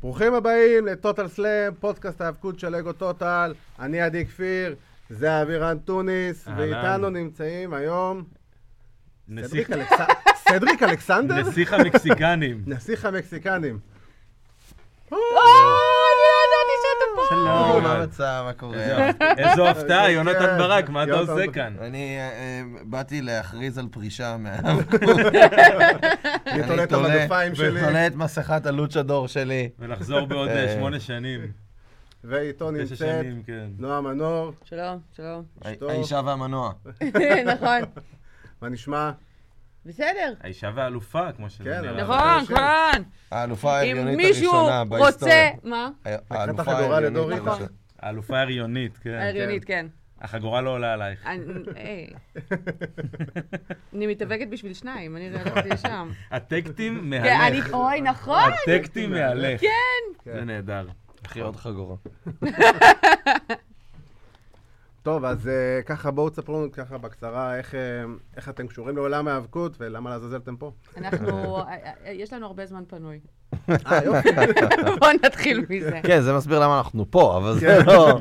ברוכים הבאים לטוטל סלאם, פודקאסט האבקות של אגו טוטל. אני עדי כפיר, זה אבירן טוניס, אהלן. ואיתנו נמצאים היום סדריק נסיך- אלכס- סדריק אלכסנדר? נסיך המקסיקנים. נסיך המקסיקנים. שלום, אה, לא אהלן. לא, מה המצב, מה קורה? איזה הפ- אה, איזו הפתעה, כן, יונתן ברק, מה אתה יונתן עושה ברק. כאן? אני אה, אה, באתי להכריז על פרישה מהעם. אני תולה את המגפיים שלי, ותולה את מסכת הלוצ'דור שלי. ולחזור בעוד אה, אה, שמונה שנים, ואיתו תשע נמצאת שנים, כן. נועה מנור, שלום, שלום. אשתו. האישה והמנוע. נכון. מה נשמע? בסדר. האישה והאלופה, כמו שזה כן, אבל- נראה. נכון, נכון. האלופה אם ההגיונית מישהו הראשונה רוצה... בהיסטוריה. מה? כן, לקחת החגורה לדורית? הראשונה. האלופה ההריונית, כן. ההריונית, כן. החגורה לא עולה עלייך. אני- היי. אני מתאבקת בשביל שניים, אני הלכתי לשם. הטקטים כן, אני... מעלך. אוי, נכון. הטקטים מעלך. כן. זה נהדר. אחי, עוד חגורה. טוב, אז אה, ככה בואו תספרו לנו ככה בקצרה איך, אה, איך אתם קשורים לעולם ההאבקות ולמה לעזאזל אתם פה. אנחנו... יש לנו הרבה זמן פנוי. אה, יופי. בואו נתחיל מזה. כן, זה מסביר למה אנחנו פה, אבל זה כן. לא...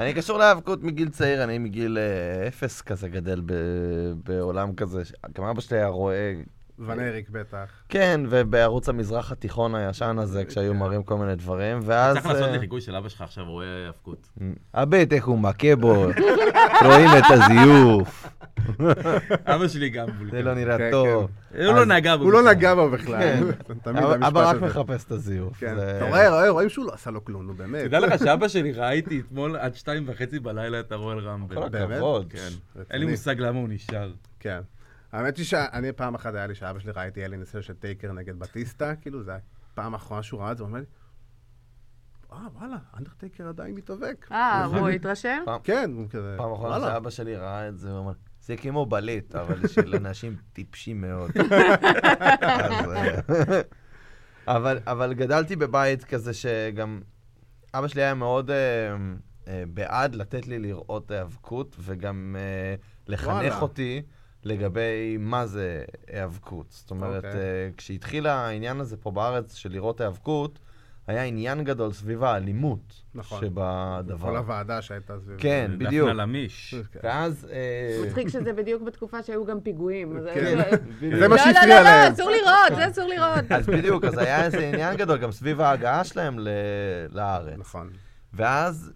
אני קשור להיאבקות מגיל צעיר, אני מגיל אה, אפס כזה גדל ב- בעולם כזה. ש- גם אבא שלי היה רואה ונריק בטח. כן, ובערוץ המזרח התיכון הישן הזה, כשהיו מראים כל מיני דברים, ואז... כן. צריך לעשות אה, לי חיקוי של אבא שלך עכשיו, רואה האבקות. הבט, איך הוא מכה בו, רואים את הזיוף, אבא שלי גם בול. זה לא כן, נראה טוב. הוא לא נגע בו. הוא לא בכלל. נגע בו בכלל. כן. תמיד אבא- אבא המשפט רק הזה. מחפש את הזיוף. כן. זה- אתה רואה, רואה, רואים שהוא לא עשה לו כלום, נו באמת. תדע לך שאבא שלי ראיתי אתמול עד שתיים וחצי בלילה את הרואל רמבל. כל באמת? הכבוד. כן. אין לי רציני. מושג למה הוא נשאר. כן. האמת היא שאני פעם אחת היה לי שאבא שלי ראה איתי אלי ניסיון של טייקר נגד בטיסטה, כאילו זה הפעם האחרונה שהוא ראה את זה, הוא אומר לי, אה וואלה, אנדרטייקר עדיין מתאבק. אה, הוא התרשם? כן, הוא כזה, פעם אחרונה "וואלה." שאבא שלי ראה את זה, הוא אמר, זה כמו בלט, אבל של אנשים טיפשים מאוד. אז, אה, אבל, אבל גדלתי בבית כזה שגם אבא שלי היה מאוד אה, אה, בעד לתת לי לראות האבקות, וגם אה, לחנך וואלה. אותי לגבי מה זה האבקות. זאת אומרת, אוקיי. אה, כשהתחיל העניין הזה פה בארץ של לראות האבקות, היה עניין גדול סביב האלימות נכון. שבדבר. כל הוועדה שהייתה סביב. כן, בדיוק. דפנה למיש. כן. ואז... אה, מצחיק שזה בדיוק בתקופה שהיו גם פיגועים. אז- כן. בדיוק. זה מה לא, שהפריע לא, לא, להם. לא, אסור לראות, זה אסור לראות. אז בדיוק, אז היה איזה עניין גדול גם סביב ההגעה שלהם ל- לארץ. נכון. ואז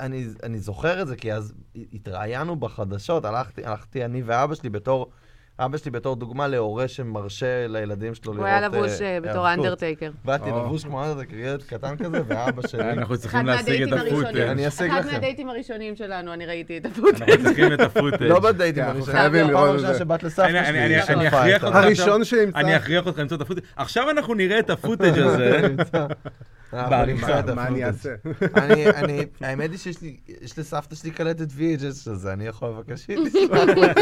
אני, אני זוכר את זה, כי אז התראיינו בחדשות, הלכתי, הלכתי אני ואבא שלי בתור, אבא שלי בתור דוגמה להורה שמרשה לילדים שלו הוא לראות... היה לבוש אה, אה, בתור היאבקות. האנדרטייקר. באתי או. לבוש כמו אנדרטקר, ילד קטן כזה, ואבא שלי... אנחנו צריכים אחד להשיג את כן. מהדייטים הפוטר. הראשונים. אני אשיג אחד לכם. מהדייטים הראשונים שלנו, אני ראיתי את הפוטר. אנחנו צריכים את הפוטאג'. לא כן, בדייטים, אנחנו אני חושב- חייבים פעם לראות את ראשונה זה. שבאת לסבתא אני- שלי. אני- אני- אני שלחה אכריח את אותך. הראשון שימצא. אני אכריח אותך למצוא את הפוטאג'. עכשיו אנחנו נראה את הפוטאג' הזה. כן. אנחנו מה- נמצא את מה אני הפוטאג'. אעשה? אני, אני, האמת היא שיש לי, יש לסבתא שלי קלטת VHS של זה, אני יכול לבקש שהיא תשלח לך.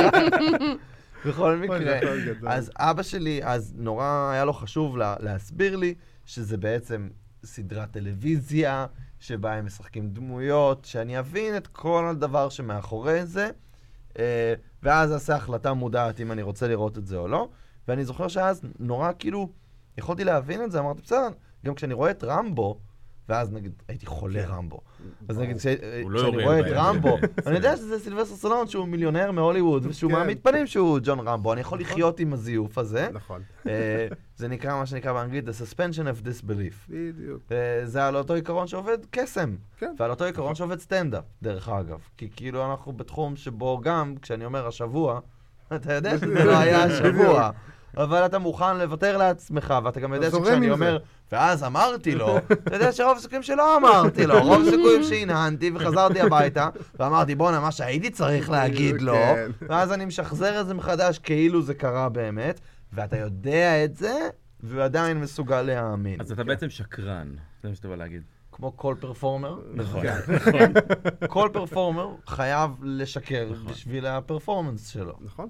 בכל אוי, מקרה, זה טוב גדול. אז אבא שלי, אז נורא היה לו חשוב לה, להסביר לי שזה בעצם סדרת טלוויזיה, שבה הם משחקים דמויות, שאני אבין את כל הדבר שמאחורי זה, אה, ואז אעשה החלטה מודעת אם אני רוצה לראות את זה או לא. ואני זוכר שאז נורא כאילו, יכולתי להבין את זה, אמרתי, בסדר, גם כשאני רואה את רמבו, ואז נגיד, הייתי חולה רמבו. אז נגיד, כש- הוא לא כשאני יורה רואה את בהם, רמבו, באמת. אני יודע שזה סילבסטר סלון שהוא מיליונר מהוליווד, ושהוא כן. מעמיד פנים שהוא ג'ון רמבו, אני יכול לחיות עם הזיוף הזה. נכון, אה, זה נקרא, מה שנקרא באנגלית, The Suspension of Disbelief. בדיוק. אה, זה על אותו עיקרון שעובד קסם, כן. ועל אותו עיקרון שעובד סטנדאפ, דרך אגב. כי כאילו אנחנו בתחום שבו גם, כשאני אומר השבוע, אתה יודע שזה לא היה השבוע, אבל אתה מוכן לוותר לעצמך, ואתה גם יודע אתה זורם שכשאני עם זה. אומר, ואז אמרתי לו, אתה יודע שרוב הסיכויים שלא אמרתי לו, רוב הסיכויים שהנהנתי וחזרתי הביתה, ואמרתי, בואנה, מה שהייתי צריך להגיד לו, כן. ואז אני משחזר את זה מחדש כאילו זה קרה באמת, ואתה יודע את זה, ועדיין מסוגל להאמין. אז אתה בעצם שקרן. זה מה שאתה בא להגיד. כמו כל פרפורמר, נכון. כל פרפורמר חייב לשקר בשביל הפרפורמנס שלו. נכון.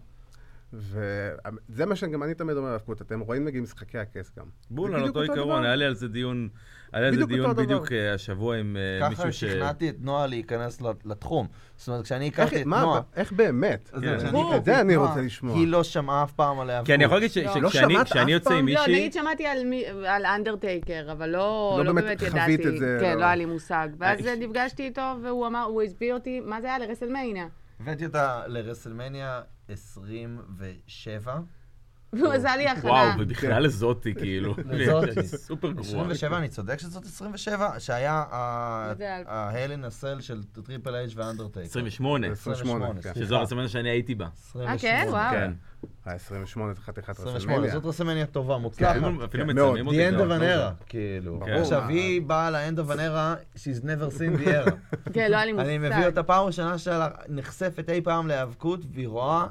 וזה מה שגם אני תמיד אומר עליו, קוט, אתם רואים נגיד משחקי הכס גם. בול, זה על בדיוק אותו עיקרון, דבר. היה לי על זה דיון, היה לי על זה בדיוק אותו דיון הדבר. בדיוק אה, השבוע עם אה, ככה מישהו ש... שכנעתי את נועה להיכנס ל- לתחום. זאת אומרת, כשאני איך- הכרתי את מה, נועה... איך באמת? אה, אז כן. כשאני ברור. הכרתי זה את אני נועה, רוצה לשמוע. היא לא שמעה אף פעם על כי אני יכול ההיאבקות. להגיד ש- לא. לא שכשאני שמעת כשאני אף יוצא עם פעם? לא, מישהי, נגיד שמעתי על מי- על אנדרטייקר, אבל לא לא לא באמת באמת חווית ידעתי. את זה, כן, לא. לא היה לי מושג. ואז אה, נפגשתי איתו, והוא אמר, הוא הסביר אותי, מה זה היה? לרסלמניה. הבאתי אותה לרסלמניה 27. והוא עשה לי הכנה. וואו, ובכלל לזאתי, כאילו. לזאתי. סופר גרוע. 27, אני צודק שזאת 27, שהיה מה זה ה- ההלן הסל של טריפל אייג' ואנדרטייקר. 28, 28, כן. שזו הרסמן שאני הייתי בה. 28. אה, כן? וואו. כן. אה, ה-28 זה חתיכת 28, רסלמניה. זאת רסמניה טובה, מוצלחת. אפילו אפילו כן, מצלמים מאוד. אותי. The end זה of ממש an לא era, כאילו. ברור. עכשיו, מה- היא באה ל-end of an era, she's never seen the era. כן, לא היה לי מושג. אני מביא אותה פעם ראשונה שלה נחשפת אי פעם להיאבקות, והיא רואה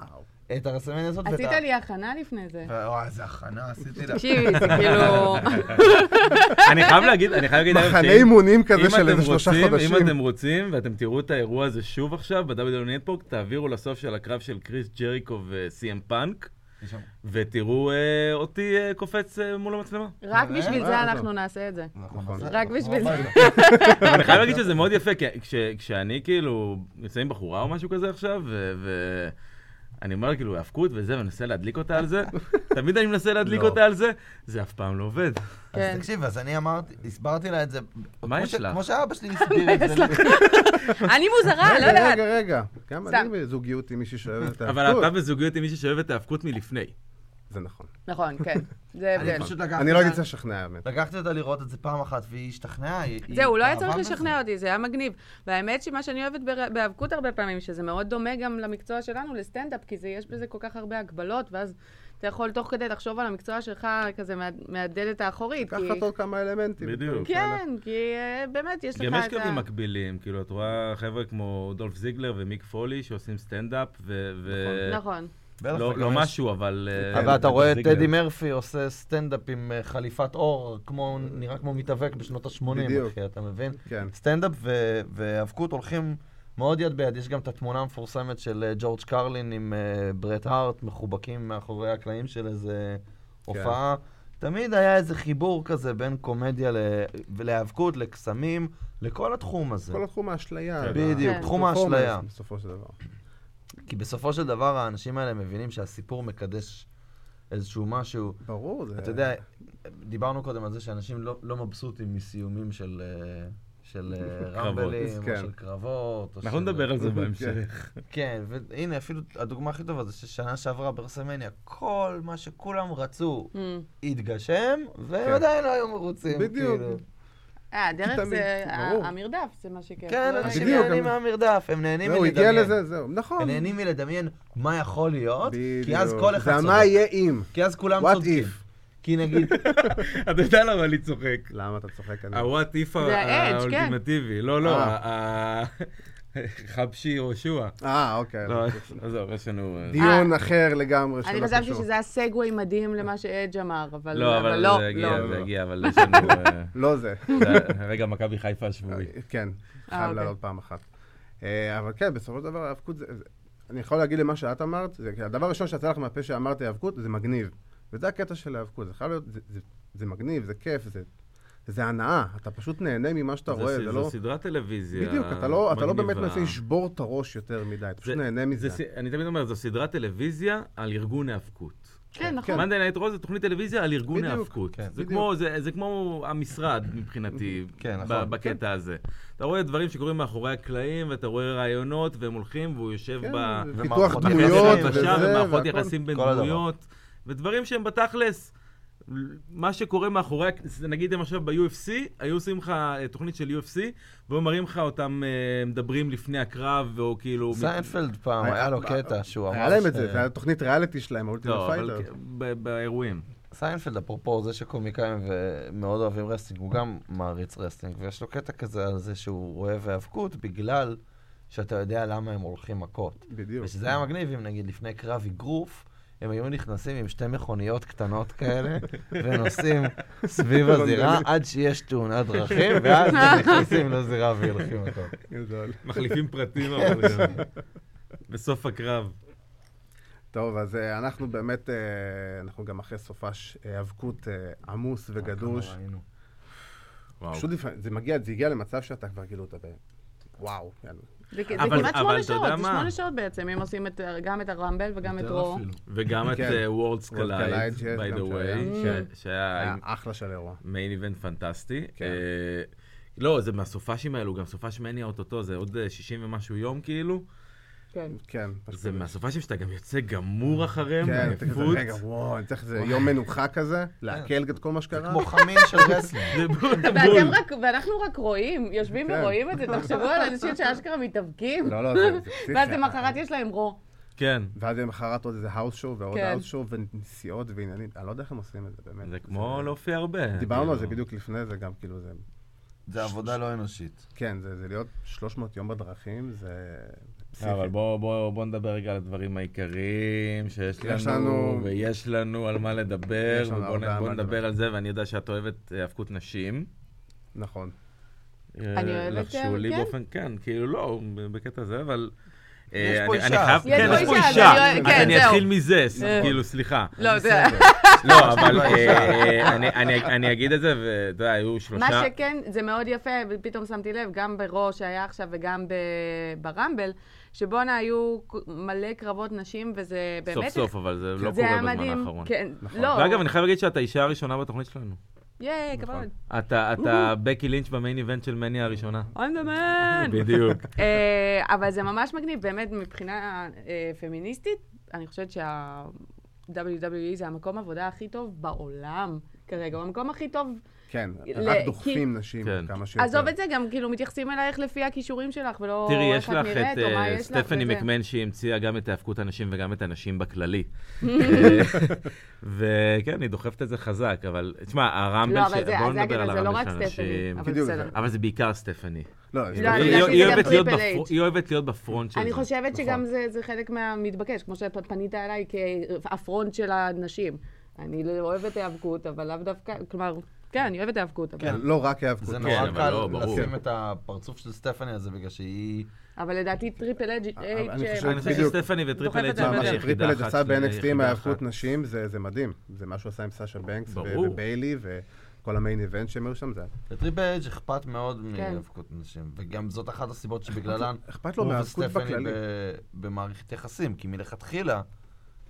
את הרסמניה הזאת. ואת עשית ה- לי הכנה לפני זה. וואי, איזה הכנה עשיתי לה. תקשיבי, זה כאילו... זה. אני חייב להגיד, אני חייב להגיד... אגב, מחנה שאם- אימונים כזה אם של אתם איזה שלושה רוצים- חודשים. אם אתם רוצים, ואתם תראו את האירוע הזה שוב עכשיו, ב-WW נטפורק, תעבירו לסוף של הקרב של קריס ג'ריקו ו-CM פאנק, ותראו אה, אותי אה, קופץ אה, מול המצלמה. רק בשביל זה אה, אנחנו טוב. נעשה את זה. נכון. רק בשביל זה. אבל אני חייב להגיד שזה מאוד יפה, כי כש- כשאני כאילו יוצא עם בחורה או משהו כזה עכשיו, ו- ו... אני אומר כאילו, האבקות וזה, ואני מנסה להדליק אותה על זה, תמיד אני מנסה להדליק לא. אותה על זה, זה אף פעם לא עובד. כן. אז תקשיב, אז אני אמרתי, הסברתי לה את זה. כמו יש ש- לך? כמו שאבא שלי הסביר את זה. אני מוזרה, לא רגע, יודעת. רגע, רגע. גם סתם. אני בזוגיות עם מישהי שאוהבת את אבל אתה האבקות. בזוגיות עם מישהי שאוהבת את האבקות מלפני. זה נכון. נכון, כן. זה אני הבדל. פשוט אני לקחתי לא אותה- הייתי צריך לשכנע, האמת. לקחתי אותה לראות את זה פעם אחת, והיא השתכנעה. היא- היא זהו, הוא לא היה התאהבה צריך בזה. לשכנע אותי, זה היה מגניב. והאמת שמה שאני אוהבת בר- בהיאבקות הרבה פעמים, שזה מאוד דומה גם למקצוע שלנו, לסטנדאפ, כי זה, יש בזה כל כך הרבה הגבלות, ואז אתה יכול תוך כדי לחשוב על המקצוע שלך כזה מה- מהדלת האחורית. קח כי- עוד כמה אלמנטים. בדיוק. כן, כי אה, באמת יש לך את גם ה... יש קווים מקבילים, כאילו, את רואה חבר'ה כמו דולף זיגלר ומיק פולי שעושים סטנדאפ, ו... ו- נכון. בטח, לא- וגם לא יש- משהו, אבל... אה, אבל אתה רואה את זיגלר. טדי מרפי עושה סטנדאפ עם אה, חליפת אור, כמו, נראה כמו מתאבק בשנות ה-80, בדיוק. אחי, אתה מבין? כן. סטנדאפ ו- והאבקות הולכים מאוד יד ביד. יש גם את התמונה המפורסמת של אה, ג'ורג' קרלין עם אה, ברט הארט מחובקים מאחורי הקלעים של איזה הופעה. כן. תמיד היה איזה חיבור כזה בין קומדיה ל- ולהיאבקות, לקסמים, לכל התחום הזה. כל התחום האשליה. כן. בדיוק, כן. תחום האשליה. הפרפורמנס, בסופו של דבר. כי בסופו של דבר האנשים האלה מבינים שהסיפור מקדש איזשהו משהו. ברור, זה... אתה יודע, דיברנו קודם על זה שאנשים לא, לא מבסוטים מסיומים של, אה, של אה, קרבות, רמבלים, כן. או של קרבות. או אנחנו של- נדבר על זה בהמשך. כן, והנה, אפילו הדוגמה הכי טובה זה ששנה שעברה ברסמניה, כל מה שכולם רצו Mm. התגשם, והם עדיין לא היו מרוצים. כן. בדיוק. כן, כאילו. אה, הדרך תמיד, זה ה- ברור. המרדף, זה מה שכיף. כן, לא אנשים רגע. בדיוק, נהנים הם- מהמרדף, הם נהנים זהו, הגיע מלדמיין. לזה, זהו. נכון. הם נהנים מלדמיין מה יכול להיות, כי אז בדיוק. כל אחד זה מה צודק. יהיה אם. כי אז כולם What צודקים. if? כי נגיד, אתה יודע למה אני צוחק. למה אתה צוחק? אני- הוואט איף זה ה-edge, כן. האולטימטיבי. לא, לא, אה. ה- ה- חבשי יהושע. אה, אוקיי. לא, עזוב, יש לנו... אה, דיון אחר לגמרי שלא אני קשור. חשבתי שזה היה סגווי מדהים למה שאדג' אמר, אבל לא, אבל אבל לא, זה לא. יגיע, זה יגיע, אבל יש לנו... אה, לא זה. זה- רגע, מכבי חיפה השבועי. כן, חייב אוקיי. לעלות פעם אחת. אה, אבל כן, בסופו של דבר האבקות זה... זה- אני יכול להגיד למה שאת אמרת, זה, כי הדבר הראשון שיצא לך מהפה שאמרת האבקות, זה מגניב. וזה הקטע של האבקות, זה חייב להיות, זה, זה, זה מגניב, זה כיף, זה, זה הנאה, אתה פשוט נהנה ממה שאתה רואה, זו- זה זו לא... סדרת טלוויזיה. בדיוק, אתה לא, אתה לא באמת מגניבה. מנסה לשבור את הראש יותר מדי, אתה פשוט נהנה מזה. זה ס- אני תמיד אומר, זו סדרת טלוויזיה על ארגון האבקות. כן, נכון. כן. מאנדי נייט רוז זה תוכנית טלוויזיה על ארגון בדיוק, האבקות. כן, זה בדיוק. כמו- זה זה כמו המשרד מבחינתי, כן, ב- נכון. בקטע הזה. אתה רואה דברים שקורים מאחורי הקלעים, ואתה רואה רעיונות, והם הולכים, והוא יושב כן, ב... זה ומערכות פיתוח יחסים דמויות היבשה וזה, וזה, ומערכות והכל. יחסים בין כל הדבר. דמויות, ודברים שהם בתכלס, מה שקורה מאחורי, הק- זה נגיד הם עכשיו ב-UFC, היו עושים לך אה, תוכנית של UFC, והיו מראים לך אותם אה, מדברים לפני הקרב, או כאילו... סיינפלד פעם, היה- היה לו קטע שהוא אמר... היה להם את ש- זה, זה היה תוכנית ריאליטי שלהם, אולטימה לא, אבל פייטר. כ- ב- באירועים. סיינפלד, אפרופו זה שקומיקאים ו- מאוד אוהבים רסטינג, הוא גם מעריץ רסטינג, ויש לו קטע כזה על זה שהוא אוהב האבקות בגלל שאתה יודע למה הם הולכים מכות. כן. בדיוק. ושזה היה מגניב אם נגיד לפני קרב אגרוף, הם היו נכנסים עם שתי מכוניות קטנות כאלה, ונוסעים סביב הזירה עד שיש תאונת דרכים, ואז הם נכנסים לזירה והולכים מכות. גדול. מחליפים פרטים, אבל גם. בסוף הקרב. טוב, אז אה, אנחנו באמת, אה, אנחנו גם אחרי סופש אה, האבקות אה, עמוס וגדוש. כמה ראינו. וואו. פשוט לפעמים, זה מגיע, זה הגיע למצב שאתה כבר כאילו, אתה ב... וואו, כן. יאללה. אה, זה כ- זה אבל- כמעט אבל שמונה אתה שעות, יודע זה מה? שמונה שעות בעצם, אם עושים את- אה, גם את הרמבל וגם את יותר רו. אפילו. וגם את כן. וורלדס Worlds Collide, קלייד, שיש by גם the way, שהיה. ש- שהיה היה עם- אחלה של אירוע. מיין איבנט פנטסטי. כן. אה, לא, זה מהסופאשים האלו, גם סופאש מניה אוטוטו, זה עוד אה, 60 ומשהו יום כאילו. כן. כן. פשוט. זה מהסופאשים שאתה גם יוצא גמור אחריהם, כן, אתה כזה, בעייפות. רגע, וואו, אני צריך איזה יום מנוחה כזה, לעכל את כל מה שקרה. כמו חמין של רסלינג. זה בול. ואתם רק, ואנחנו רק רואים, יושבים כן. ורואים את זה, תחשבו על אנשים שאשכרה מתאבקים, לא, לא, זה זה פסיכי. ואז למחרת יש להם רו. כן. ואז למחרת עוד איזה האוס שואו ועוד כן. האוס שואו ונסיעות ועניינים, אני לא יודע איך הם עושים את זה, באמת. זה כמו להופיע הרבה. דיברנו על זה כאילו. בדיוק לפני זה גם, כאילו, זה... זה עבודה לא אנושית. כן, זה זה להיות 300 יום בדרכים, זה... זה פסיכי. אה, אבל בואו בוא, בוא נדבר רגע על הדברים העיקריים שיש לנו, יש לנו, לנו- ויש לנו על מה לדבר, יש לנו ובואו הרבה נ- על בוא מה נדבר לדבר. על זה, ואני יודע שאת אוהבת אה, האבקות נשים. נכון. אני אוהבת, אה, לחשו לי כן? באופן, כן, כאילו לא, בקטע זה, אבל... אה, יש פה אני- אישה, אני חייב, אז כן, יש יש פה פה אישה, אישה, אז אני- אז כן, אני זהו. אתחיל מזה, ס- זהו. כאילו, סליחה. לא, זה... לא, אבל אה, אני- אני- אני אגיד את זה, ואתה יודע, היו שלושה... מה שכן, זה מאוד יפה, ופתאום שמתי לב, גם ברו שהיה עכשיו וגם ב- ברמבל, שבואנה היו ק- מלא קרבות נשים, וזה באמת... סוף סוף, אבל זה לא זה קורה היה בזמן מדהים. האחרון. כן, נכון. לא. ואגב, אני חייב להגיד שאת האישה הראשונה בתוכנית שלנו. ייי, נכון. כבוד. אתה, אתה בקי לינץ' במיין איבנט של מניה הראשונה. I'm the man. בדיוק. אה, אבל זה ממש מגניב, באמת, מבחינה אה, פמיניסטית, אני חושבת שה-WWE E זה המקום עבודה הכי טוב בעולם כרגע, הוא המקום הכי טוב. כן, ל- רק כי- דוחפים נשים כן. כמה שיותר. עזוב את זה, גם כאילו מתייחסים אלייך לפי הכישורים שלך, ולא תראי, איך יש לך נראית, את או מה אה, יש לך סטפני וזה. מקמן שהיא המציאה גם את האבקות הנשים וגם את הנשים בכללי. וכן, היא דוחפת את זה חזק, אבל תשמע, הרמבל, לא, ש- אבל זה- בואו זה נדבר על הקטע, זה לא הרמבל רק של סטפני, הנשים. אבל בדיוק, בסדר. זה- אבל זה בעיקר סטפני. לא, אני לא, יודעת היא- שזה היא גם אוהבת להיות טריפל בפר- אייץ'. היא אוהבת להיות בפרונט של זה. אני חושבת נכון. שגם זה, זה חלק מהמתבקש, כמו שפנית אליי כהפרונט של הנשים. אני לא אוהבת היאבקות, אבל לאו דווקא, כלומר, כן, אני אוהבת היאבקות, אבל, כן. לא רק היאבקות. זה כן, נורא אבל קל לא, ברור. לשים את הפרצוף של סטפני הזה בגלל שהיא... אבל לדעתי טריפל אג' אה, אבל אני אייץ', חושב- אני חושב בדיוק. שסטפני וטריפל דוחפת אייץ' את מה, אבל מה זה שטריפל אג' עשה ב-NXT עם יחידה היאבקות אחת. נשים, זה זה מדהים. זה מה שהוא עשה עם סאשה בנקס ו- ברור. וביילי וכל המיין איבנט שהם היו שם, זה... לטריפל אג' אכפת מאוד כן. מהיאבקות נשים, וגם זאת אחת הסיבות שבגללן אכפת לו הוא מהאבקות וסטפני בכללי. ב- במערכת יחסים, כי מלכתחילה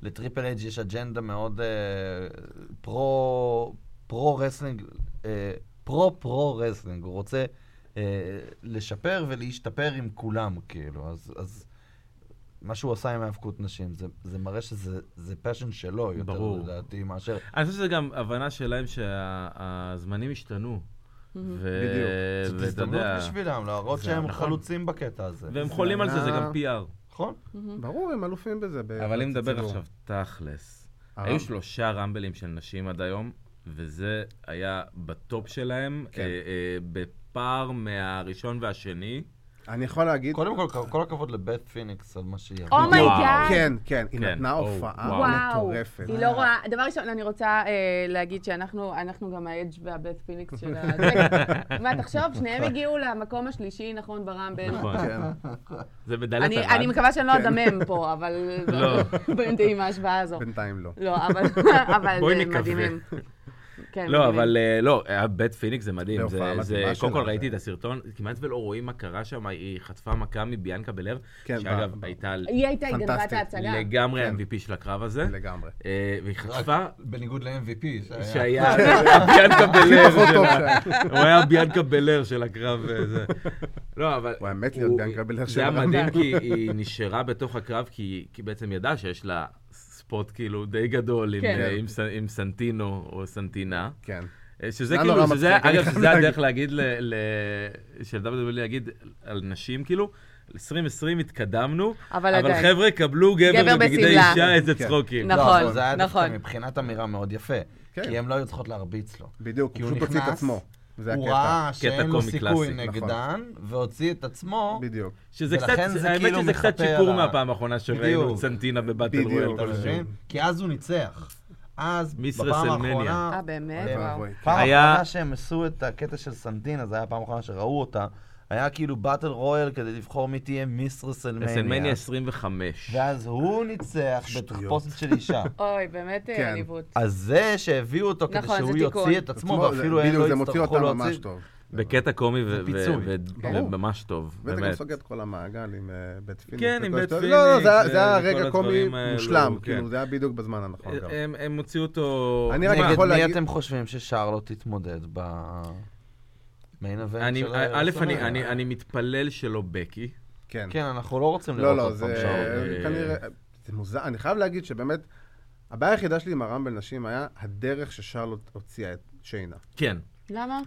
לטריפל אג' יש אג'נדה מאוד אה, פרו- פרו-רסלינג, אה, פרו-פרו-רסלינג, הוא רוצה אה, לשפר ולהשתפר עם כולם, כאילו, אז... אז מה שהוא עשה עם האבקות נשים, זה, זה מראה שזה פאשן שלו יותר, ברור. אה, לדעתי, מאשר... אני חושב שזה גם הבנה שלהם שהזמנים השתנו. ו- בדיוק. זאת ואתה הזדמנות יודע, בשבילם להראות זה שהם נכון. חלוצים בקטע הזה. והם חולים על זה, זה גם הבנה- PR. נכון? ברור, הם אלופים בזה. ב- אבל אם נדבר בציבור. אה, עכשיו תכלס, הרמ- היו שלושה רמבלים של נשים עד היום, וזה היה בטופ שלהם, כן. אה, אה, בפער מהראשון והשני. אני יכול להגיד... קודם כל, כל- כל הכבוד לבית פיניקס על מה שהיא... אומייגאד. כן, כן, היא כן, נתנה או, וואו. הופעה וואו, מטורפת. היא לא רואה, דבר ראשון, אני רוצה אה, להגיד שאנחנו אנחנו גם האדג' והבית פיניקס של ה... זה- מה, תחשוב, שניהם נכון. הגיעו למקום השלישי, נכון, ברמבל. נכון. כן. זה בדלת אני ערד. אני מקווה שאני לא כן. אדמם פה, אבל... לא. באמת עם ההשוואה הזו. בינתיים לא. לא, אבל אבל בואי זה נקווה. מדהימים. כן, לא, מדהימים. אבל אה, לא, אה, בית פיניקס זה מדהים. בהופעה זה- מדהימה זה- שלה, קודם כל זה- ראיתי את הסרטון, כמעט ולא רואים מה קרה שם, היא חטפה מכה מביאנקה בלר, כן, שאגב, ב- הייתה היא הייתה, היא גנבה את פנטסטית. ההצגה. לגמרי כן. ה-MVP של הקרב הזה, לגמרי. אה, והיא חטפה בניגוד ל-MVP שהיה. שהיה ביאנקה בלר, פחות טוב שלה. הוא היה ביאנקה בלר של הקרב אה, וזה. לא, אבל... הוא היה מת להיות ביאנקה בלר של של הקרב. זה היה הרמב"ם. מדהים כי היא נשארה בתוך הקרב, כי היא כי בעצם ידעה שיש לה ספוט כאילו די גדול עם- אה, כן. עם ס- עם סנטינו או סנטינה. כן. שזה זה כאילו, נורא שזה, לא מצחיק, אני אגב, חייב שזה להגיד. הדרך להגיד, ל- ל- של WWE להגיד על נשים, כאילו, 2020 התקדמנו, אבל אבל עדיין. חבר'ה, קבלו גבר גבר בבגדי בשמלה. אישה, איזה כן. צחוקים. נכון. לא, אבל זה היה נכון. דווקא מבחינת אמירה מאוד יפה. כן. כי הן לא היו צריכות להרביץ לו. בדיוק, כי הוא הוא פשוט הוציא את נכנס, עצמו. זה הוא הקטע. ראה קטע שאין לו קומי סיכוי קלאסי, נכון. נגדן, והוציא את עצמו. בדיוק. שזה ולכן קצת, זה האמת כאילו שזה קצת מכפה על שיפור ה- מהפעם האחרונה שראינו בדיוק. את סנטינה בבטל בדיוק. רויאל. אתה מבין? כי אז הוא ניצח. אז, מיס בפעם רסלמניה. האחרונה... אה, באמת? אוי וואו. ואבוי. פעם היה- האחרונה שהם עשו את הקטע של סנטינה, זו הייתה הפעם האחרונה שראו אותה, היה כאילו באטל רויאל כדי לבחור מי תהיה מיסטרס אסלמניה אלמניה. 25. ואז הוא ניצח בתחפושת של אישה. אוי, באמת כן. אה, עליבות. אז זה שהביאו אותו כדי נכון, זה שהוא תיקון. יוציא את עצמו, זה- ואפילו הם בדיוק, לא זה מוציא יצטרכו אותם להוציא. ממש טוב. בקטע קומי ו- ופיצוי. ו- ו- ברור. וממש טוב, וזה גם באמת. סוגר את כל המעגל עם אה, בית פיניקס. כן, עם וכל בית השטויות. פיניקס, לא, לא, זה היה- ו- זה היה וכל רגע קומי הדברים האלו, מושלם, כן. כאילו, זה היה בדיוק בזמן הנכון גם. אה, הם- הם הוציאו אותו... אני רק נגד- יכול נגד מי להגיד- אתם חושבים ששרלוט תתמודד במיין אבנט אני- של לא א', אני- הרסלמניה? אני- אני מתפלל שלא בקי. כן. כן, אנחנו לא רוצים לא, לראות לא, עוד זה פעם שרלוט. אה, כנראה... זה מוזר, אני חייב להגיד שבאמת, הבעיה היחידה שלי עם הרמבל נשים היה הדרך ששרלוט הוציאה את שיינה. כן. למה?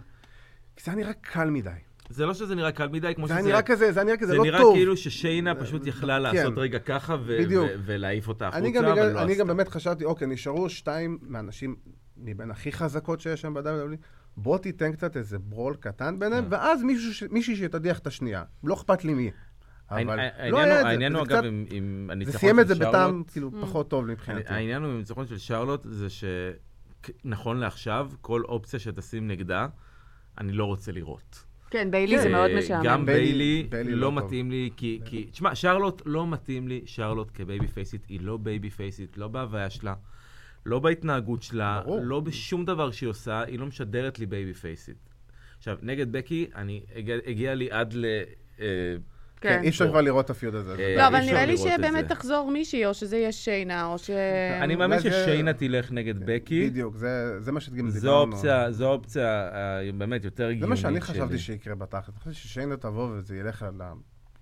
כי זה היה נראה קל מדי. זה לא שזה נראה קל מדי, כמו זה שזה... היה נראה כזה, זה היה נראה זה כזה לא נראה טוב. כאילו ששיינה פשוט יכלה לעשות כן. רגע ככה ו- בדיוק. ו- ולהעיף אותה החוצה, אני גם, אבל בגלל, לא אני עשתה. גם באמת חשבתי, אוקיי, נשארו שתיים מהנשים מבין הכי חזקות שיש שם ב-WWE, בוא תיתן קצת איזה ברול קטן ביניהם, כן. ואז מישהו, ש- מישהי שתדיח את השנייה. לא אכפת לי מי. העני- אבל אה, העניין לא הוא- היה את זה. העניין זה הוא, קצת- אגב, עם- עם זה הניצחון של סיים את זה שרלוט, בטעם, כאילו, Mm. פחות טוב מבחינתי. העניין הוא עם הניצחון של שרלוט זה שנכון לעכשיו, כל אופציה שתשים נגדה, אני לא רוצה לראות. כן, ביילי זה אה, מאוד משעמם. גם ביילי- ביילי ביילי לא לא טוב. מתאים לי, כי... כי- תשמע, שרלוט לא מתאים לי, שרלוט כבייבי פייסית, היא לא בייבי פייסית, לא בהוויה שלה, לא בהתנהגות שלה, ברור. לא בשום דבר שהיא עושה, היא לא משדרת לי בייבי פייסית. עכשיו, נגד בקי, אני הגיע- הגיע לי עד ל... אה, כן, כן. אי אפשר כבר לראות את הפיוד הזה. זה- לא, אי אבל אפשר נראה לי לראות את שבאמת זה. תחזור מישהי, או שזה יהיה שיינה, או ש... אני מאמין אולי זה- כן, ששיינה תלך נגד בקי. בדיוק, זה זה מה שגם דיברנו. זו אופציה, זו אופציה אה, באמת יותר הגיונית זה מה שאני שלי. חשבתי שיקרה בתחת. אני חושב ששיינה תבוא וזה ילך על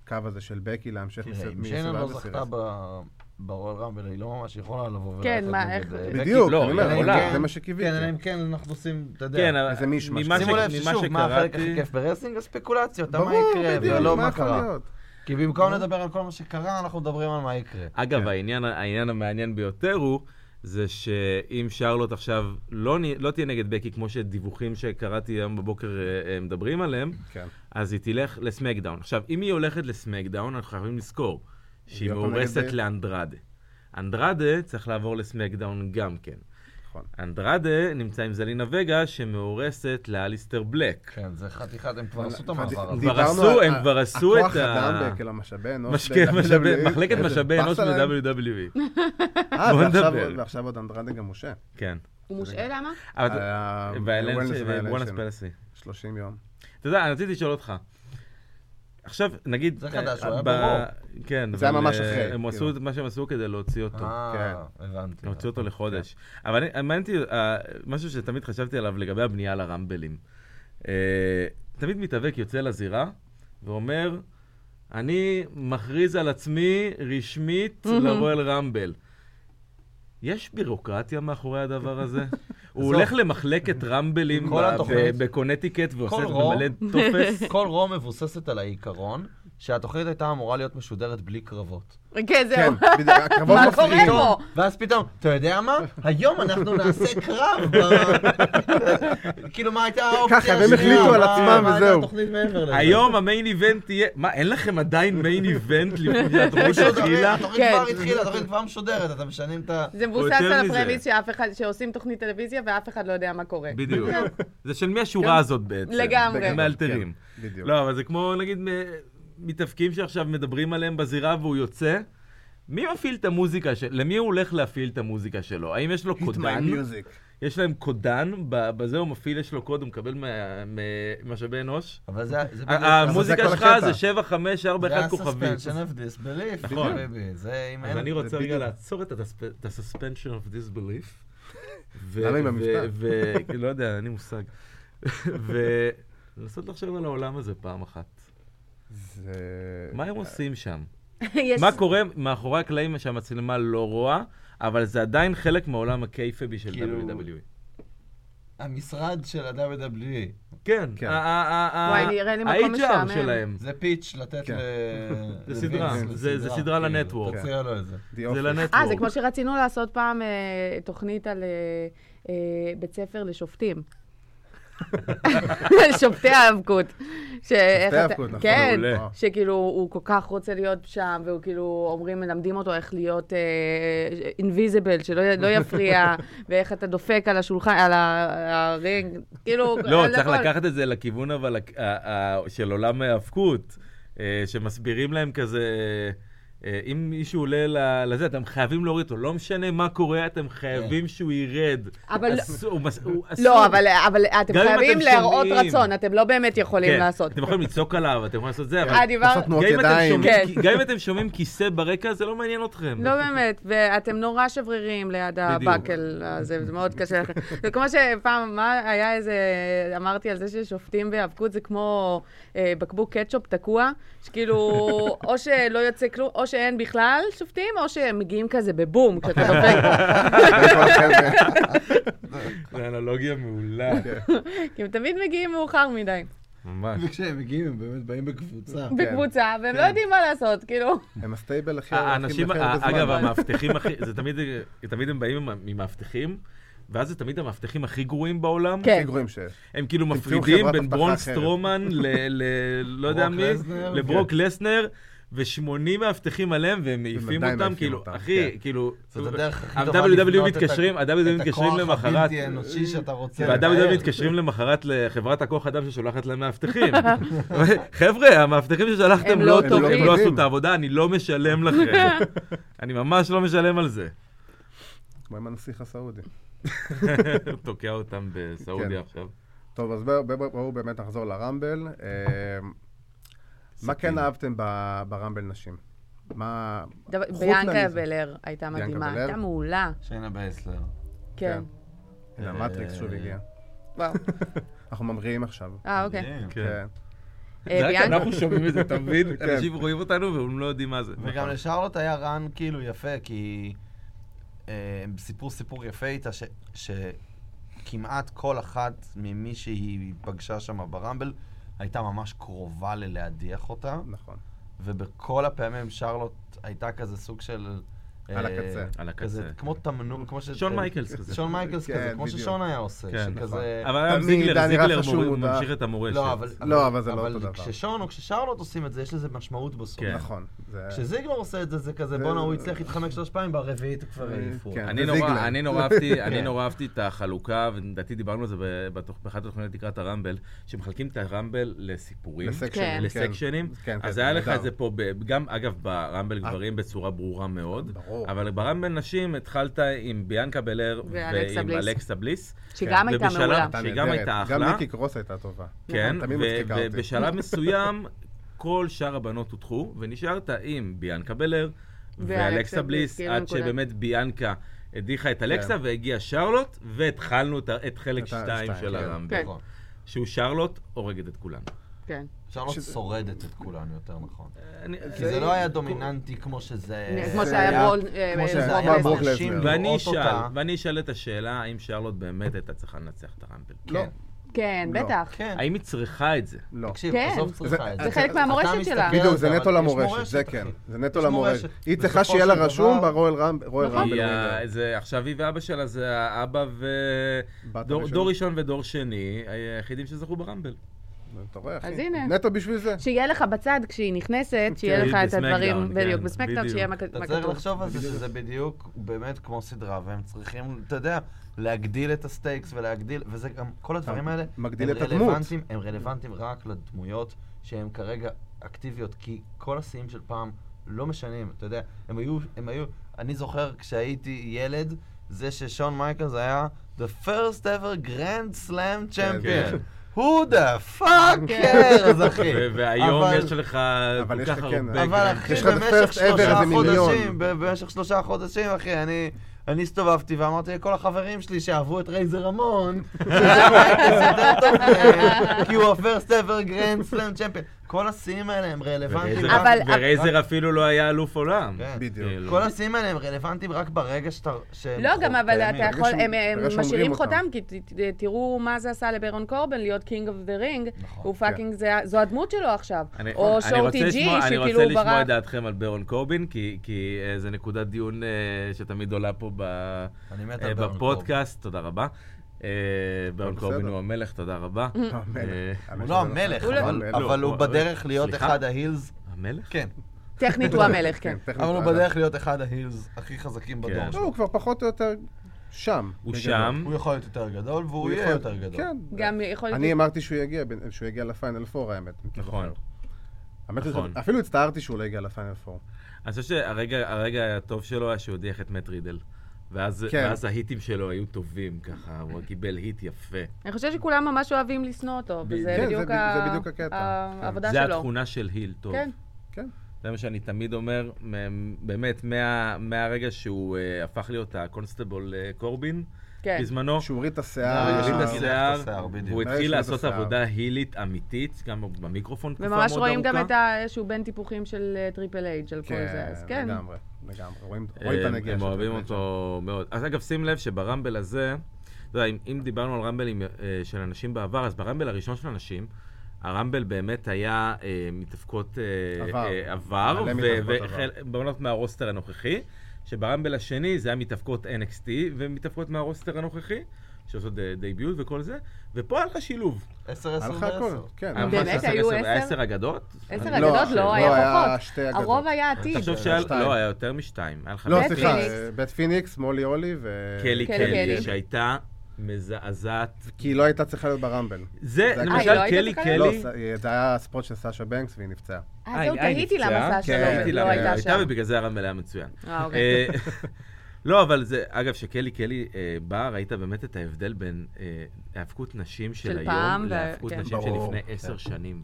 הקו הזה של בקי להמשך תראה, מסב- אם שיינה לא מסביבת זכתה הסיריס. ב- ברול רמבל, היא לא ממש יכולה לבוא וללכת כן, מה, נגד, איך- אה, בקי- בדיוק, לא, אני אומר, היא עולה, כן. זה מה כן, אלא אם שקיוויתי. כן אנחנו עושים, אתה יודע. כן, אבל איזה מישמש. ממה שימו ש- לב ממה ששוב, מה החלק הכי שקראתי- כיף ברסלינג? הספקולציות, על מה ברור, יקרה בדיוק, ולא מה מה יכול קרה. להיות? כי במקום לדבר על כל מה שקרה, אנחנו מדברים על מה יקרה. כן. אגב, העניין, העניין המעניין ביותר הוא, זה שאם שרלוט עכשיו לא, נ- לא תהיה נגד בקי, כמו שדיווחים שקראתי היום בבוקר אה, אה, מדברים עליהם, כן. אז היא תלך לסמקדאון. עכשיו, אם היא הולכת לסמקדאון, אנחנו חייבים לזכור שהיא היא עוד פעם מאורסת נגד- אה, לאנדרדה. אנדרדה צריך לעבור לסמקדאון גם כן. נכון. אנדרדה נמצא עם זלינה וגה, שמאורסת לאליסטר בלק. כן, זה חתיכת, הם כבר עשו את אבל המעבר הזה. כבר דיברנו עשו, על- הם כבר עשו את הכוח ה- אדם, כאילו, משאבי אנוש. משקיע ב- משאבי, WWE. מחלקת איזה משאבי באסה אנוש להם. ב-WWE. אה, בוא ועכשיו- נדבר. ועכשיו עוד אנדרנדה גם משה. כן. הוא מושעה למה? אבל אה, אתה- ה- והאלנס- ה-wellness ווונס violation. פלסי. 30 יום. אתה יודע, אני רציתי לשאול אותך. עכשיו, נגיד... זה חדש, אה, הוא היה ב- ברור. כן, זה היה אבל, ממש אה, אחרי, הם עשו כאילו. את מה שהם עשו כדי להוציא אותו. אה, כן. הבנתי. להוציא אותו לחודש. אבל אני- מעניין אותי, אה, משהו שתמיד חשבתי עליו לגבי הבנייה לרמבלים. אה, תמיד מתאבק יוצא לזירה ואומר, אני מכריז על עצמי רשמית מהמם. לרואל רמבל. יש בירוקרטיה מאחורי הדבר הזה? הוא עזוב. הולך למחלקת רמבלים כל ב- התוכנית- ב- בקונטיקט ועושה כל את רום. ממלא טופס? כל רום מבוססת על העיקרון שהתוכנית הייתה אמורה להיות משודרת בלי קרבות. כן, כן, זהו. בדיוק, הקרבות מה קורה מפריעים. פה? ואז פתאום, אתה יודע מה? היום אנחנו נעשה קרב. ב- כאילו, מה הייתה האופציה ככה, השנייה? והם החליטו על מה- עצמם מה הייתה וזהו. התוכנית מעבר לזה? היום המיין איבנט תהיה... מה, אין לכם עדיין מיין איבנט לפני התוכנית שהתחילה? התוכנית כן. כבר התחילה, התוכנית כבר משודרת, אתם משנים את ה... זה או מבוסס יותר על מזה. הפרמיס שאף אחד, שעושים תוכנית טלוויזיה ואף אחד לא יודע מה קורה. בדיוק. זה של מי השורה הזאת בעצם? לגמרי. הם מאלתרים. כן, בדיוק. לא, אבל זה כמו, נגיד, מ- מתאבקים שעכשיו מדברים עליהם בזירה והוא יוצא. מי מפעיל את המוזיקה של... למי הוא הולך להפעיל את המוזיקה שלו? האם יש לו Hit my קודן? music. יש להם קודן, ב- בזה הוא מפעיל, יש לו קוד, הוא מקבל מה- ממשאבי אנוש. אבל זה... זה בדיוק- ה- המוזיקה אבל זה כל שלך הקטע. זה 7, 5, 4, 1 אה, כוכבים. זה ה-suspension of disbelief, נכון. חביבי. זה אם אז אין... אני רוצה רגע בדיוק. לעצור את ה-susp- את ה-suspension of disbelief. ו- למה עם ו- המבטא? ו- כי לא יודע, אין לי מושג. ולנסות לחשוב על העולם הזה פעם אחת. זה- מה הם עושים שם? יש- מה קורה מאחורי הקלעים שהמצלמה לא רואה, אבל זה עדיין חלק מהעולם הקייפבי של E. כאילו- WWE. המשרד של E. ה-WWE. כן. כן. ה- ה- ה- ה- וואי, נראה לי מקום ה-HR משעמם. שלהם. זה פיץ' לתת כן. ל... זה סדרה, לווינס, זה- זה סדרה כאילו, לנטוורק. תציע לו את זה. The זה Office. לנטוורק. אה, זה כמו שרצינו לעשות פעם אה, תוכנית על אה, אה, בית ספר לשופטים. שופטי האבקות. שופטי האבקות, נכון, כן, מעולה. שכאילו הוא כל כך רוצה להיות שם, והוא כאילו, אומרים, מלמדים אותו איך להיות אינביזיבל, שלא י- לא יפריע, ואיך אתה דופק על השולחן, על ה- הרינג, כאילו, לא, על צריך הכל. לקחת את זה לכיוון אבל הק- ה- ה- של עולם ההאבקות, אה, שמסבירים להם כזה, אה, אם מישהו עולה ל- לזה, אתם חייבים להוריד אותו, לא משנה מה קורה, אתם חייבים שהוא ירד. אבל- אסור, הוא מס- הוא אסור. לא, אבל, אבל אתם גם אם חייבים אתם להראות שומעים. רצון, אתם לא באמת יכולים כן, לעשות. אתם יכולים לצעוק עליו, אתם יכולים לעשות זה, אבל... אה, דיבר... לעשות גם תנועות אם אתם ידיים. שומעים- כן. כי- גם אם אתם שומעים כיסא ברקע, זה לא מעניין אתכם. לא באמת, ואתם נורא שברירים ליד בדיוק. הבאקל הזה, זה מאוד קשה לכם. זה כמו שפעם, מה היה איזה, אמרתי על זה ששופטים בהיאבקות, זה כמו אה, בקבוק קטשופ תקוע, שכאילו, או שלא יוצא כלום, או שאין בכלל שופטים, או שהם מגיעים כזה בבום, כשאתה דופק. זה אנלוגיה מעולה. כי הם תמיד מגיעים מאוחר מדי, ממש. וכשהם מגיעים, הם באמת באים בקבוצה. בקבוצה, והם לא יודעים מה לעשות, כאילו. הם הסטייבל כן, הכי... אה, האנשים, הכי מכיר בזמן. אגב, המאבטחים הכי, זה תמיד, תמיד הם באים עם- עם מאבטחים, ואז זה תמיד המאבטחים הכי גרועים בעולם. כן. הכי גרועים שיש. הם כאילו תמצאו מפרידים חברת בין אבטחה ברון אחרת. סטרומן ל... ל- לא יודע ברוק מי, לסנר. כן. לברוק לסנר, ו-80 מאבטחים עליהם, והם מעיפים עדיין אותם, מעיפים כאילו, אותם, אחי, כן. כאילו... זאת הדרך הכי טובה ה-WW לבנות את E מתקשרים, ה- ה-WW מתקשרים את הכוח למחרת, E הבלתי אנושי שאתה רוצה אה, וה-WW לבאר. מתקשרים למחרת לחברת הכוח אדם ששולחת להם מאבטחים. חבר'ה, המאבטחים ששלחתם הם לא לא טובים, הם טובים. לא עשו את העבודה, אני לא משלם לכם. אני ממש לא משלם על זה. כמו עם הנסיך הסעודי. תוקע אותם בסעודיה כן. עכשיו. טוב, אז בואו- בואו בואו באמת נחזור לרמבל. אה, מה כן אהבתם ב- ברמבל נשים? מה... דבר- חוץ ביאנקה מהמזרח. בלר הייתה ביאנקה מדהימה, בלר? הייתה מעולה. שיינה בייסלר. כן. הנה, אה, המטריקס שוב הגיע. וואו. אנחנו ממריאים עכשיו. אה, אוקיי. מדהים. כן. אה, זה רק ביאנקה- אנחנו שומעים את זה, אתה מבין? כן. אנשים רואים אותנו והם לא יודעים מה זה. וגם לשרלוט היה רן כאילו יפה, כי אה, הם סיפרו סיפור יפה איתה, ש- שכמעט כל אחת ממי שהיא פגשה שם ברמבל, הייתה ממש קרובה ללהדיח אותה, נכון. ובכל הפעמים שרלוט הייתה כזה סוג של... אה, על הקצה. על הקצה. כזה, כמו תמנון, כמו ש... אה, שון מייקלס כזה. שון מייקלס כן, כזה, כמו בדיוק. ששון היה עושה, כן, שכזה... אבל היום תמיד זיגלר, היה נראה זיגלר חשוב, מור- הוא ממשיך את המורשת. לא, אבל... לא, אבל זה לא אותו אבל דבר. כששון או כששרלוט עושים את זה, יש לזה משמעות בסוף. כן. נכון. זה- כשזיגלר עושה את זה, זה כזה, זה- בואנה, הוא הצליח להתחמק שלוש פעמים, ברביעית כבר העיפו. כן. אני וזיגלר. נורא, אני נורא אהבתי, אני כן. נורא אהבתי את החלוקה, ולדעתי דיברנו על זה ב- בתוך- באחת התוכניות לקראת הרמבל, שמחלקים את הרמבל לסיפורים, לסקשנים, כן. לסקשנים. כן, כן, אז זה היה לך נהדר. אה. את זה פה, ב- גם אגב ברמבל גברים בצורה ברורה מאוד, ברור. אבל ברמבל נשים התחלת עם ביאנקה בלר ואלכסה ועם בליס. אלכסה בליס. שגם הייתה ובשלב- מעולה. הייתה שהיא גם נהדרת. הייתה גם אחלה. מיקי קרוס הייתה טובה. כן, נכון, תמיד ו- מצחיקה אותי. ובשלב מסוים כל שאר הבנות הודחו, ונשארת עם ביאנקה בלר ואלכסה ואלכסה בליס, בליס, כאילו, עד כולם. שבאמת ביאנקה הדיחה את אלכסה והגיעה שרלוט, והתחלנו את ה- את חלק כן. את ה- 2 שתיים, של כן. הרמבל. נכון. שהוא שרלוט הורגת את כולן. כן. שרלוט שזה- אה, שורדת את כולנו יותר נכון. אני- כי זה לא היה דומיננטי כמו שזה... כמו זה שהיה ברול- כמו אה, שזה ברול היה לסנר. נשים ואני ואני לראות אשאל, אותה. ואני אשאל את השאלה האם שרלוט באמת הייתה צריכה לנצח את הרמבל. לא, כן. כן, לא. בטח. כן. האם היא צריכה את זה? לא. תקשיב, כן. בסוף צריכה את זה- זה. זה חלק אתה מהמורשת מסתכל שלה. על בדיוק, זה לא, אבל נטו יש למורשת, מורשת, זה אחי. כן. זה נטו יש למורשת. מורשת. היא צריכה בסופו שיהיה לה של רשום דבר- ברואל רמב- רואל נכון. רמבל. היא אה, ווינר. ה- זה עכשיו היא ואבא שלה, זה האבא ו... בת דור- הראשונה. דור ראשון ודור שני, היחידים שזכו ברמבל. אתה רואה, אחי. אז הנה. נטו בשביל זה. שיהיה לך בצד כשהיא נכנסת, שיהיה כן, לך את בסמקדאון, הדברים, כן, בדיוק, בסמקדאון, בדיוק. שיהיה מה כ- אתה מה צריך כתוב. לחשוב על זה שזה בדיוק באמת כמו סדרה, והם צריכים, אתה יודע, להגדיל את הסטייקס ולהגדיל, וזה גם, כל הדברים האלה, אה, מגדיל הם את הדמות. רלוונטיים- הם רלוונטיים רק לדמויות שהן כרגע אקטיביות, כי כל השיאים של פעם לא משנים, אתה יודע, הם היו, הם היו, אני זוכר כשהייתי ילד, זה ששון מייקלס היה the first ever grand slam כן. champion. who the fuck כן. cares, אחי. ו- והיום אבל- יש לך אבל כל יש כך לך, כן, הרבה... אבל גרנד אחי, יש לך את במשך ה-first ever שלושה איזה מיליון. חודשים, ב- במשך שלושה חודשים, אחי, אני... אני הסתובבתי ואמרתי לכל החברים שלי שאהבו את רייזר המון, כי הוא ה-first ever grand slam champion. כל השיאים האלה הם רלוונטיים. ורייזר- רק- אבל- ורייזר אפילו לא היה אלוף עולם. כן. בדיוק. כאילו. כל השיאים האלה הם רלוונטיים רק ברגע שאתה... שהם לא, כן, גם אבל קיימים. אתה יכול, שהם- הם- הם ברגע שאומרים משאירים אותם. חותם, כי ת- ת- תראו מה זה עשה לברון קורבן להיות קינג אוף דה רינג, נכון. הוא כן. פאקינג, זה- זו הדמות שלו עכשיו. אני- או אני רוצה שורטי ג'י, לשמוע- אני שכאילו רוצה הוא לשמוע ברח. את דעתכם על ברון קורבין, כי- כי אה, זה נקודת דיון אה, שתמיד עולה פה ב- אני מת אה, על ברון בפודקאסט, תודה רבה. אה, ברון בסדר. קורבין הוא המלך, תודה רבה. אה, המלך. הוא לא המלך, הוא לא- אבל- המלך. אבל לא, הוא הוא- בדרך להיות סליחה? אחד ההילס. המלך? כן. טכנית הוא המלך, כן. טכנית, אבל הוא אה, בדרך להיות אחד ההילס הכי חזקים כן. בדור לא, שלו. הוא כבר פחות או יותר שם. הוא בגדול. שם. הוא יכול להיות יותר גדול והוא Mm-hmm. הוא יהיה יכול- יותר גדול. כן. גם יכול אני להיות... אמרתי שהוא יגיע, בין- שהוא יגיע לפיינל 4 האמת. אם אתה נכון. זוכר. האמת נכון. שזה- אפילו הצטערתי שהוא לא הגיע לפיינל 4. אני חושב שהרגע הרגע הטוב שלו היה שהוא הדיח את מאט רידל. ואז, כן. ואז ההיטים שלו היו טובים ככה, הוא קיבל היט יפה. אני חושבת שכולם ממש אוהבים לשנוא אותו, וזה כן, בדיוק זה ב- ה- זה בדיוק הקטע. העבודה זה שלו. התכונה של היל טוב. כן. כן. זה מה שאני תמיד אומר, מ- באמת, מה, מהרגע שהוא אה, הפך להיות הקונסטבול אה, קורבין, כן. בזמנו, שהוא הוריד את הוא השיער, כן, הוריד אה. הוריד הוריד את אה, השיער, השיער, בדיוק. הוא היה התחיל יושב את לעשות השיער. עבודה הילית אמיתית, גם במיקרופון תקופה מאוד וממש ארוכה. רואים גם את ה... שהוא בין טיפוחים של אה, טריפל אייג' על כל זה, אז כן. לגמרי, לגמרי. רואים אה, הם- רואים את הנגיעה הם שלו. אוהבים אותו מאוד. אז אגב, שים לב שברמבל הזה, אתה יודע, אם- אם דיברנו על רמבלים אה, של אנשים בעבר, אז ברמבל הראשון של אנשים, הרמבל באמת היה אה, מתאבקות אה, עבר. אה, עבר, מלא ו- מתאבקות והחל- בנות מהרוסטר הנוכחי, שברמבל השני זה היה מתאבקות NXT ומתאבקות מהרוסטר הנוכחי, שעושות אה, דייביוט וכל זה, ופה היה לך שילוב. כן, אה, עשר, היה עשר לך הכל, ועשר. כן. היה ממש באמת עשר- היו היה עשר? עשר אגדות? עשר אני- לא, אגדות לא, לא, היה היה פחות. שתי אגדות. הרוב היה עתיד. תחשוב שהיה, שתיים. לא, היה יותר משתיים. היה לך לא, בית סליחה, פיניקס. אה, בית פיניקס, מולי אולי ו... קלי קלי קלי, קלי. שהייתה מזעזעת. כי היא לא הייתה צריכה להיות ברמבל. זה, זה- אה, היא לא למשל, הייתה קלי צריכה לא, קלי... ס- זה היה הספוט של סאשה בנקס והיא נפצעה. אה, זהו, אה, היא תהיתי נפצעה? למה כן, סשה תהיתי לא למה, הייתה הייתה שם. ובגלל זה הרמבל היה מצוין. אה, אוקיי. אה, לא, אבל זה, אגב, שקלי קלי אה, באה, ראית באמת את ההבדל בין אה, האבקות נשים של של פעם היום ו- להאבקות כן. נשים של ברור, לפני עשר שנים.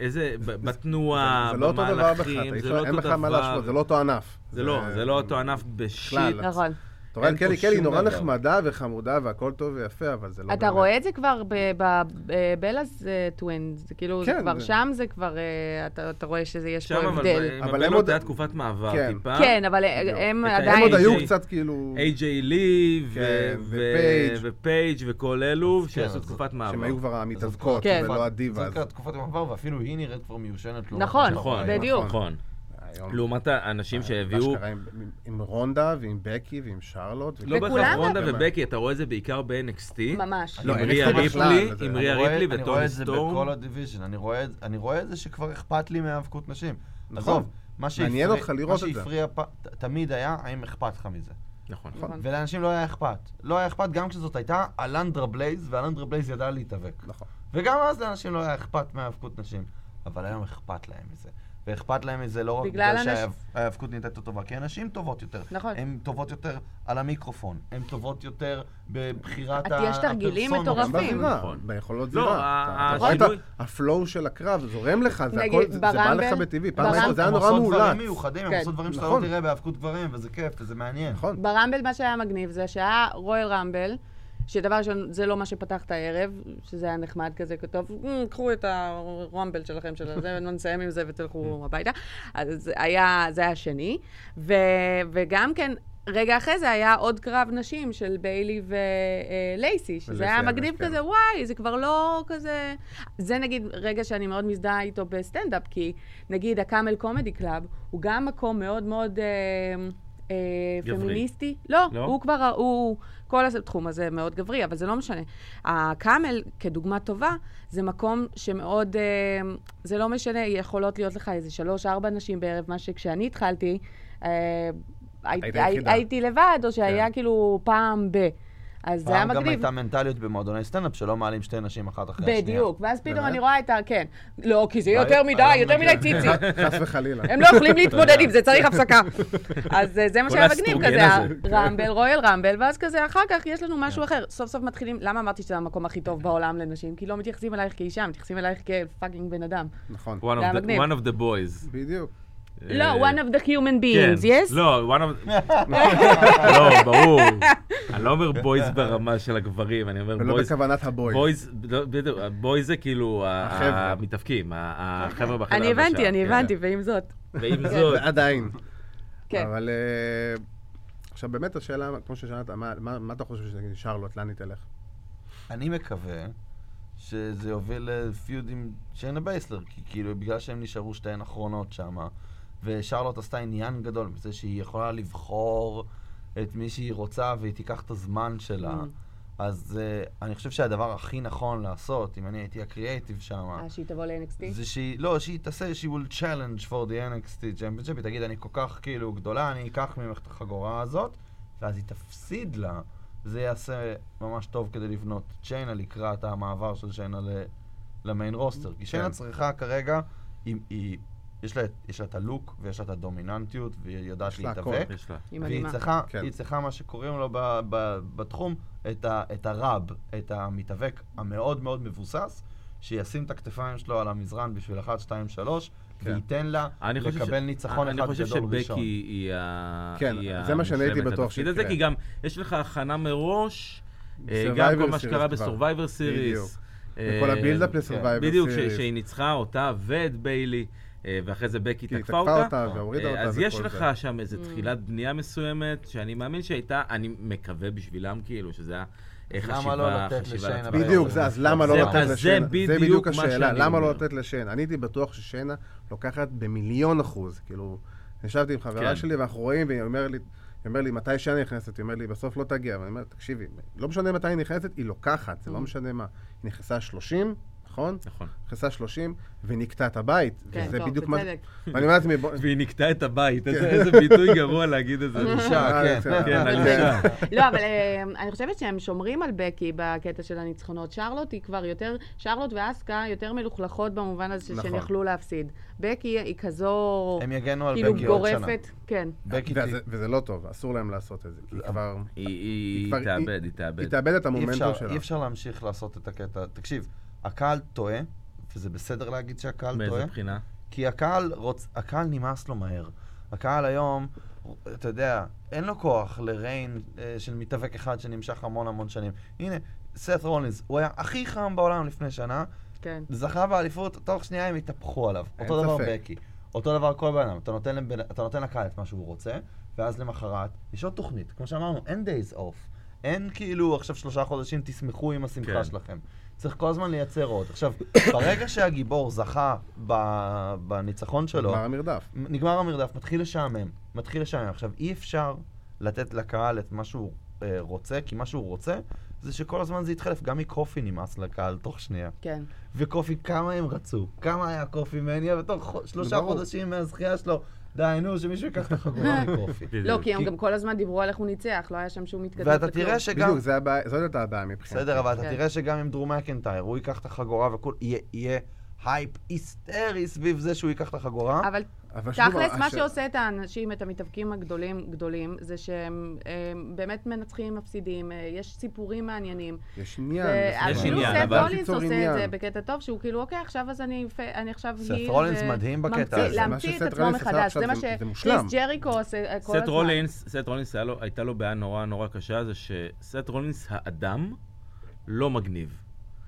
איזה, ב- בתנועה, זה לא אותו דבר במהלכים, בכלל, זה לא אין אותו לך מה דבר. להשוות, זה לא אותו ענף. זה לא, זה לא אותו ענף בשיט. בכלל. נכון. אתה רואה, אין פה קלי קלי היא שום נורא דבר. נחמדה וחמודה והכל טוב ויפה, אבל זה לא... אתה באמת. רואה את זה כבר בבלאס טווינס, זה כאילו, זה כן, כבר זה- שם זה כבר, אה, אתה אתה רואה שיש שם, פה אבל הבדל. אבל הם הם עוד- עוד... היה תקופת מעבר כן. טיפה. כן, אבל אה, בדיוק. הם את ה- עדיין... הם עוד AJ. היו קצת כאילו... איי-ג'יי לי, ו- כן, ו- ופייג'. ופייג' וכל אלו, שעשו אז- תקופת כן, שהם מעבר. היו כבר המתאבקות, כן. ולא הדיבה. זאת כבר תקופת המעבר, ואפילו היא נראית כבר מיושנת. לא לעומת נכון, מה נכון, שקורה היום. בדיוק. נכון. לא. לעומת אה, האנשים שהביאו, אשכרה עם- עם- עם רונדה ועם בקי ועם שרלוט. כן, לא וכולם בהכרח גם- רונדה ובקי, אתה רואה את זה בעיקר ב-NXT. ממש. לא, עם ריה NXT ריפלי, בכלל, עם זה- ריה אני רואה- ריפלי אני רואה וטוני את זה בכל סטורם. הדיוויז'ן, אני רואה את- אני רואה את זה שכבר אכפת לי מהיאבקות נשים. נכון. עזוב, מה שהפריע- מעניין אותך לראות את מה זה. שהפריע פ- ת- תמיד היה, האם אכפת לך מזה. נכון. נכון. ולאנשים לא היה אכפת. לא היה אכפת גם כשזאת הייתה אלנדרה בלייז, ואלנדרה בלייז ידעה להתאבק. נכון. וגם אז לאנשים לא היה אכפת מהיאבקות נשים. אבל היום אכפת להם מזה. ואכפת להם מזה לא רק בגלל בגלל אנשים- שההיאבקות נהייתה יותר טובה, כי הנשים טובות יותר. נכון. הן טובות יותר על המיקרופון, הן טובות יותר בבחירת את- ה- יש תרגילים הפרסונות. גם מטורפים. בזירה, נכון. ביכולות לא, זירה. ה- אתה רואה את ה- השינוי- הפלואו של הקרב, זורם לך, זה נגיד, הכל, זה זה בא ברמבל- לך בטבעי. פעם ברמבל- הייתה- זה היה הם נורא עושות דברים מאולץ. מיוחדים, הם כן. עושות דברים שאתה לא נכון. תראה בהיאבקות גברים, וזה כיף, וזה מעניין. נכון. ברמבל מה שהיה מגניב זה שהיה רויאל רמבל, שדבר ראשון, זה לא מה שפתח את הערב, שזה היה נחמד כזה, טוב, "מ, קחו את הרמבל שלכם, של זה, ונסיים עם זה Mm. ותלכו הביתה. אז זה היה, זה היה השני. ו, וגם כן, רגע אחרי זה היה עוד קרב נשים של ביילי ולייסי, שזה ולייסי היה אבנס, מגניב כן. כזה, וואי, זה כבר לא כזה... זה נגיד רגע שאני מאוד מזדהה איתו בסטנדאפ, כי נגיד הקאמל קומדי קלאב הוא גם מקום מאוד מאוד... אה, אה, גברי. פמיניסטי? לא, לא? הוא כבר, הוא, כל התחום הזה מאוד גברי, אבל זה לא משנה. הקאמל, כדוגמה טובה, זה מקום שמאוד, אה, זה לא משנה, יכולות להיות לך איזה שלוש-ארבע נשים בערב, מה שכשאני התחלתי, אה, הי- היית הי- היחידה. הייתי לבד, או שהיה כן. כאילו פעם ב... אז זה היה פעם גם מגניב. הייתה מנטליות במועדוני סטנדאפ שלא מעלים שתי נשים אחת אחרי השנייה. בדיוק, ואז פתאום באמת? אני רואה את ה... כן. לא, כי זה אה, יותר היום- מדי, היום יותר מגיע. מדי ציצי. חס וחלילה. הם לא יכולים להתמודד עם זה, צריך הפסקה. אז אה, זה מה כל שהיה מגניב, האסטרוגן כזה הזה. הרמבל, רואל רמבל, ואז כזה אחר כך יש לנו משהו כן. אחר. סוף סוף מתחילים, למה אמרתי שזה המקום הכי טוב בעולם לנשים? כי לא מתייחסים אלייך כאישה, מתייחסים אלייך כפאקינג בן אדם. אה, נכון. One זה היה of the- מגניב. one of the boys. בדיוק. לא, אה, one of the human כן. beings, yes? לא, one of... לא, ברור. אני לא אומר בויז ברמה של הגברים, אני אומר ולא בויז... בכוונת הבוי. בויז, לא, בדיוק, בויז זה כאילו ה- החבר'ה. המתאבקים, ה- החבר'ה בחדר. אני הבנתי, בשעה. אני כן. הבנתי, ועם זאת. ועם זאת, עדיין. כן. אבל אה, עכשיו באמת השאלה, כמו ששאלת, מה- מה מה אתה חושב שנגיד שרלוט, לאן היא תלך? אני מקווה שזה יוביל לפיוד עם שיינה בייסלר, כי כאילו בגלל שהם נשארו שתיהן אחרונות שם, ושרלוט עשתה עניין גדול מזה שהיא יכולה לבחור את מי שהיא רוצה והיא תיקח את הזמן שלה. Mm. אז uh, אני חושב שהדבר הכי נכון לעשות, אם אני הייתי הקריאייטיב שם, אה, שהיא תבוא ל-NXT? זה שהיא, לא, שהיא תעשה, she will challenge for the NXT championship, היא תגיד, אני כל כך כאילו גדולה, אני אקח ממך את החגורה הזאת, ואז היא תפסיד לה. זה יעשה ממש טוב כדי לבנות צ'יינה לקראת המעבר של צ'יינה ל- למיין רוסטר. כי צ'יינה כן. צריכה כרגע, היא, היא, יש, לה, את- יש לה את הלוק ויש לה את הדומיננטיות, והיא יודעת יש לה הכל. להתאבק. יש לה. היא והיא מדהימה. צריכה, כן. היא צריכה מה שקוראים לו ב, ב, בתחום, את, ה, את הרב, את המתאבק המאוד מאוד מבוסס, שישים את הכתפיים שלו על המזרן בשביל 1, 2, 3, כן. וייתן לה אני חושב לקבל ניצחון אחד אני חושב גדול שבקי ראשון. היא ה... כן, היא זה מה שאני הייתי המושלמת בטוח לתפקיד הזה, שיקרה. כי גם יש לך הכנה מראש, אה, Survivor גם כל מה Series שקרה כבר. בסורווייבר בדיוק. סיריס. וכל הבילדאפ לסורווייבר בדיוק, ש- סיריס. שהיא ניצחה אותה ואת ביילי, אה, ואחרי זה בקי היא תקפה אותה. והורידה אה, אותה. אז יש וכל לך זה. שם Mm. איזו תחילת בנייה מסוימת, שאני מאמין שהייתה, אני מקווה בשבילם כאילו, שזה היה אה, למה חשיבה, לא לתת חשיבה לשיינה לטווח. בדיוק, זה, אז למה לא זה- לתת אז זה לשיינה? זה בדיוק בדיוק מה השאלה, שאני למה לא אומר. לתת לשיינה? אני הייתי בטוח ששיינה לוקחת במיליון אחוז, כאילו, ישבתי עם כן. חברה שלי ואנחנו רואים, והיא אומרת לי, היא אומרת לי, מתי שיינה נכנסת? היא אומרת לי, בסוף לא תגיע. ואני אומר, תקשיבי, לא משנה מתי היא נכנסת, היא לוקחת, Mm. זה לא משנה מה. היא נכנסה 30, נכון? נכון. נכנסה 30, ונקטע את הבית. כן, וזה טוב, בדיוק מה... בצדק. ואני אומר לעצמי, בוא... והיא נקטעה את הבית, איזה איזה ביטוי גרוע להגיד את זה. על כן. אישה, אה, כן. בסדר. כן, על כן. אישה. לא, אבל אה, אני חושבת שהם שומרים על בקי בקטע של הניצחונות. שרלוט היא כבר יותר, שרלוט ואסקה יותר מלוכלכות במובן הזה שהן נכון. יכלו להפסיד. בקי היא כזו, הם יגנו על כאילו בקי עוד שנה. גורפת. כן. בקי ת- וזה- וזה לא טוב, אסור להם לעשות את זה, כי כבר... היא- היא כבר- היא תאבד, היא היא תאבד. תאבד את אי המומנטום אפשר- שלה. אי אפשר להמשיך לעשות את הקטע. תקשיב, הקהל טועה, וזה בסדר להגיד שהקהל טועה. מאיזה בחינה? כי הקהל, רוצ... הקהל נמאס לו מהר. הקהל היום, אתה יודע, אין לו כוח לריין אה, של מתאבק אחד שנמשך המון המון שנים. הנה, סת רולינס, הוא היה הכי חם בעולם לפני שנה, כן. זכה באליפות, תוך שנייה הם התהפכו עליו. אין אותו דבר ספק. בקי. אותו דבר כל בן אדם. אתה נותן, לבן- אתה נותן לקהל את מה שהוא רוצה, ואז למחרת יש עוד תוכנית. כמו שאמרנו, אין דייז אוף. אין כאילו עכשיו שלושה חודשים תשמחו עם השמחה כן. שלכם. צריך כל הזמן לייצר עוד. עכשיו, ברגע שהגיבור זכה ב... בניצחון שלו, נגמר המרדף. נגמר המרדף, מתחיל לשעמם. מתחיל לשעמם. עכשיו, אי אפשר לתת לקהל את מה שהוא אה, רוצה, כי מה שהוא רוצה זה שכל הזמן זה יתחלף. גם מקופי נמאס לקהל תוך שנייה. כן. וקופי, כמה הם רצו? כמה היה קופי מניה? ותוך חו- שלושה ברור. חודשים מהזכייה שלו, די, נו, שמישהו ייקח את החגורה מקופי. לא, כי הם כי- גם כל הזמן דיברו על איך הוא ניצח, לא היה שם שום התקדמות. ואתה וכלום. תראה שגם... בדיוק, זה הבעיה- זאת הייתה הבעיה מבחינתי. בסדר, אבל אתה כן. תראה שגם עם דרום מקנטייר, הוא ייקח את החגורה והכול, יהיה- יהיה הייפ היסטרי סביב זה שהוא ייקח את החגורה. אבל אבל שוב, תכלס, מה הש- שעושה את האנשים, את המתאבקים הגדולים, גדולים, זה שהם הם באמת מנצחים, מפסידים, אה, יש סיפורים מעניינים. יש עניין. ואז בסדר. יש כאילו עניין, סט אבל- רולינס ליצור עושה את כן, עניין. זה בקטע טוב, שהוא כאילו, אוקיי, עכשיו אז אני יפה- אני עכשיו סט היא... רולינס מדהים בקטע הזה. זה מה להמציא שסט את עצמו רולינס עשה מחדש, עכשיו, זה מה זה- זה מושלם. שקריס ג'ריקו עושה אה, כל הזמן. סט רולינס, סט רולינס היה לו- הייתה לו בעיה נורא נורא קשה, זה שסט רולינס האדם לא מגניב.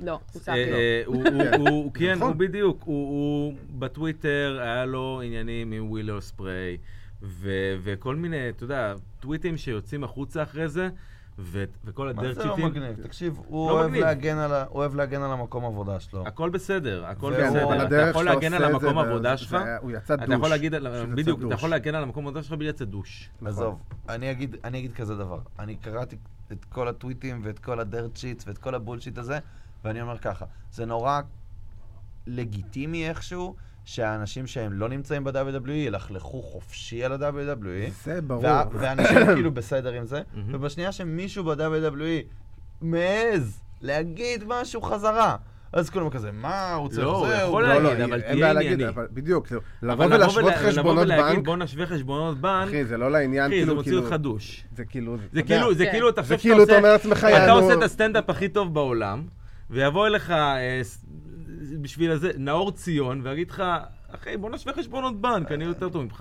לא, הוא אה, סאפי. אה, הוא- הוא- כן. הוא- כן, נכון. הוא בדיוק, הוא- הוא בטוויטר, היה לו עניינים עם ווילר ספריי, ו- וכל מיני, אתה יודע, טוויטים שיוצאים החוצה אחרי זה, ו- וכל מה הדרך זה לא צ'יטים. מגניב? תקשיב, הוא לא אוהב מגניב. להגן על ה- הוא אוהב להגן על המקום עבודה שלו. הכל בסדר, הכל כן, אבל בסדר. אתה הדרך יכול שאתה להגן על עושה את זה, המקום זה- העבודה זה שלך, היה- הוא יצא דוש. אתה יכול להגיד, על- שזה בדיוק, יצא אתה יכול דוש. להגן על המקום העבודה שלך בלי לצאת דוש. נכון. עזוב, אני אגיד, אני אגיד כזה דבר. אני קראתי את כל הטוויטים ואת כל הדרט שיטס ואת כל הבולשיט הזה, ואני אומר ככה, זה נורא לגיטימי איכשהו שהאנשים שהם לא נמצאים ב-WWE ילכלכו חופשי על אה? ה-WWE, זה ברור. וה- ואנשים כאילו בסדר עם זה, מהמם. ובשנייה שמישהו ב-WWE מעז להגיד משהו חזרה, אז כולם כזה, מה, הוא צריך זה, לא, הוא יכול לא, לא, להגיד, אבל אין תהיה בעיה להגיד, ענייני. אבל בדיוק, כאילו, לבוא אבל לבוא ולהשוות ולה- חשבונות לבוא ולהגיד, בנק, בוא נשווה חשבונות בנק, אחי, זה לא לעניין, אחי, זה כאילו, מוציא כאילו, אותך דוש. זה כאילו, זה אתה יודע, כאילו, זה כן. כאילו, אתה זה חושב שאתה כאילו, אתה עושה... אומר לעצמך, אתה יענו- עושה את הסטנדאפ הכי טוב בעולם, ויבוא אליך אה, ס- בשביל הזה, נאור ציון, ויגיד לך, אחי, בוא נשווה חשבונות בנק, אני יותר טוב ממך.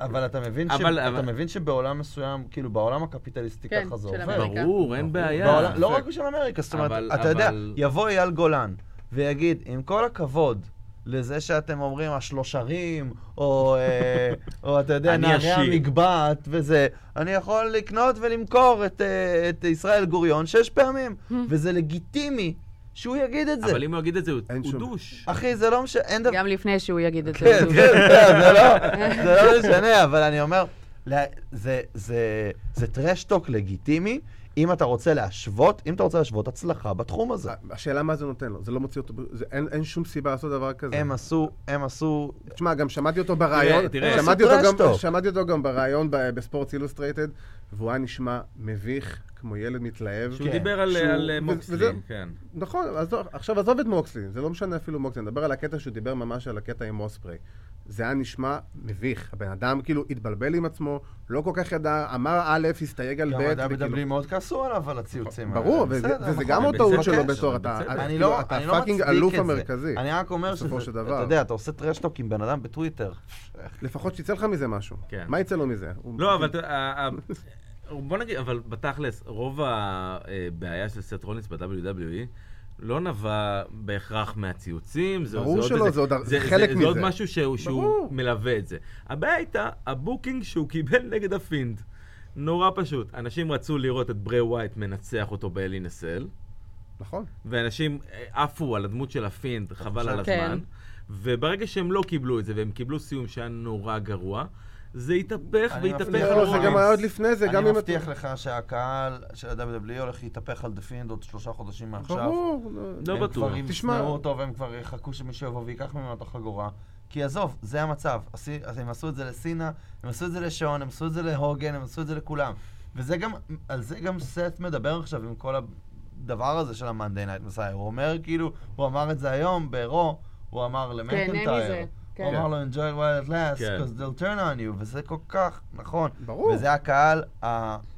אה, אבל אתה מבין, ש... אבל- אתה אבל- מבין שבעולם מסוים, כאילו בעולם הקפיטליסטי כן, ככה זה של עובד. אמריקה. ברור, אין בעיה. אה, בעולם, לא רק בשביל אמריקה, זאת אומרת, אבל- אתה יודע, אבל- יבוא אייל גולן ויגיד, עם כל הכבוד לזה שאתם אומרים השלושרים, או, אה, או אתה יודע, אני נערי עשיר." המגבעת וזה, אני יכול לקנות ולמכור את, אה, את ישראל גוריון שש פעמים, וזה לגיטימי שהוא יגיד את זה. אבל אם הוא יגיד את זה, הוא אין הוא שום- אה, דוש. אחי, זה לא משנה, אין דבר... גם לפני שהוא יגיד את זה. כן, הוא- כן, כן, זה לא- זה לא משנה, אבל אני אומר, לה- זה- זה- זה טרשטוק לגיטימי, אם אתה רוצה להשוות, אם אתה רוצה להשוות הצלחה בתחום הזה. השאלה מה זה נותן לו, זה לא מוציא אותו, ב- זה- אין אין שום סיבה לעשות דבר כזה. הם עשו, הם עשו, תשמע, גם שמעתי אותו בריאיון, תראה, שמעתי זה אותו גם- טרשטוק. שמעתי אותו גם בריאיון ב- בספורטס אילוסטרייטד, והוא היה נשמע מביך, כמו ילד מתלהב. שהוא כן. דיבר על- שהוא- על וזה- אה, מוקסלי, וזה- כן. נכון, עזוב- עכשיו עזוב את מוקסלי, זה לא משנה אפילו מוקסלי, נדבר על הקטע שהוא דיבר ממש על הקטע עם אוספרי. זה היה נשמע מביך, הבן אדם כאילו התבלבל עם עצמו, לא כל כך ידע, אמר א', הסתייג על ב', גם אדם וכאילו- מדברים מאוד כעסו עליו על הציוצים האלה. ברור, וזה- בסדר, וזה נכון, גם בצדק. הטעות שלו כן, בתור, בצדק. אתה אני כאילו, אני לא, אתה אני לא מצדיק הפאקינג את זה. אלוף המרכזי. אני רק אומר בסופו שזה, של דבר. אתה יודע, אתה עושה טרשטוק עם בן אדם בטוויטר. לפחות שיצא לך מזה משהו. כן. מה יצא לו מזה? הוא- לא, אבל אתה- ה- ה- בוא נגיד, אבל בתכלס, רוב הבעיה של סט רולינס ב-WWE לא נבע בהכרח מהציוצים. זה- ברור זה שלא, איזה- זה עוד הר- חלק זה עוד מזה. משהו שהוא- שהוא ברור. מלווה את זה. הבעיה הייתה הבוקינג שהוא קיבל נגד הפינד. נורא פשוט. אנשים רצו לראות את ברי ווייט מנצח אותו באלינסל. נכון. ואנשים אה, עפו על הדמות של הפינד, חבל על כן. הזמן. וברגע שהם לא קיבלו את זה, והם קיבלו סיום שהיה נורא גרוע, זה התהפך אני והתהפך מבטיח על לא, לך, זה גם רולינס. היה עוד לפני זה, גם אני אם... אתה- מבטיח לך שהקהל של ה-WWE הולך להתהפך על דפינד עוד שלושה חודשים מעכשיו. ברור. לא הם בטוח. כבר תשמע- ישנאו אותו והם כבר יחכו שמישהו יבוא ויקח ממנו את החגורה. כי עזוב, זה המצב. עשי- אז הם עשו את זה לסינה, הם עשו את זה לשון, הם עשו את זה להוגן, הם עשו את זה לכולם. וזה גם, על זה גם סט מדבר עכשיו עם כל הדבר הזה של ה-Monday Night Messiah. הוא אומר כאילו, הוא אמר את זה היום ברו, הוא אמר תהנה מזה, למקנטייר. הוא כן. אמר לו, enjoy it while it lasts, כן. because they'll turn on you, וזה כל כך נכון. ברור. וזה הקהל ה-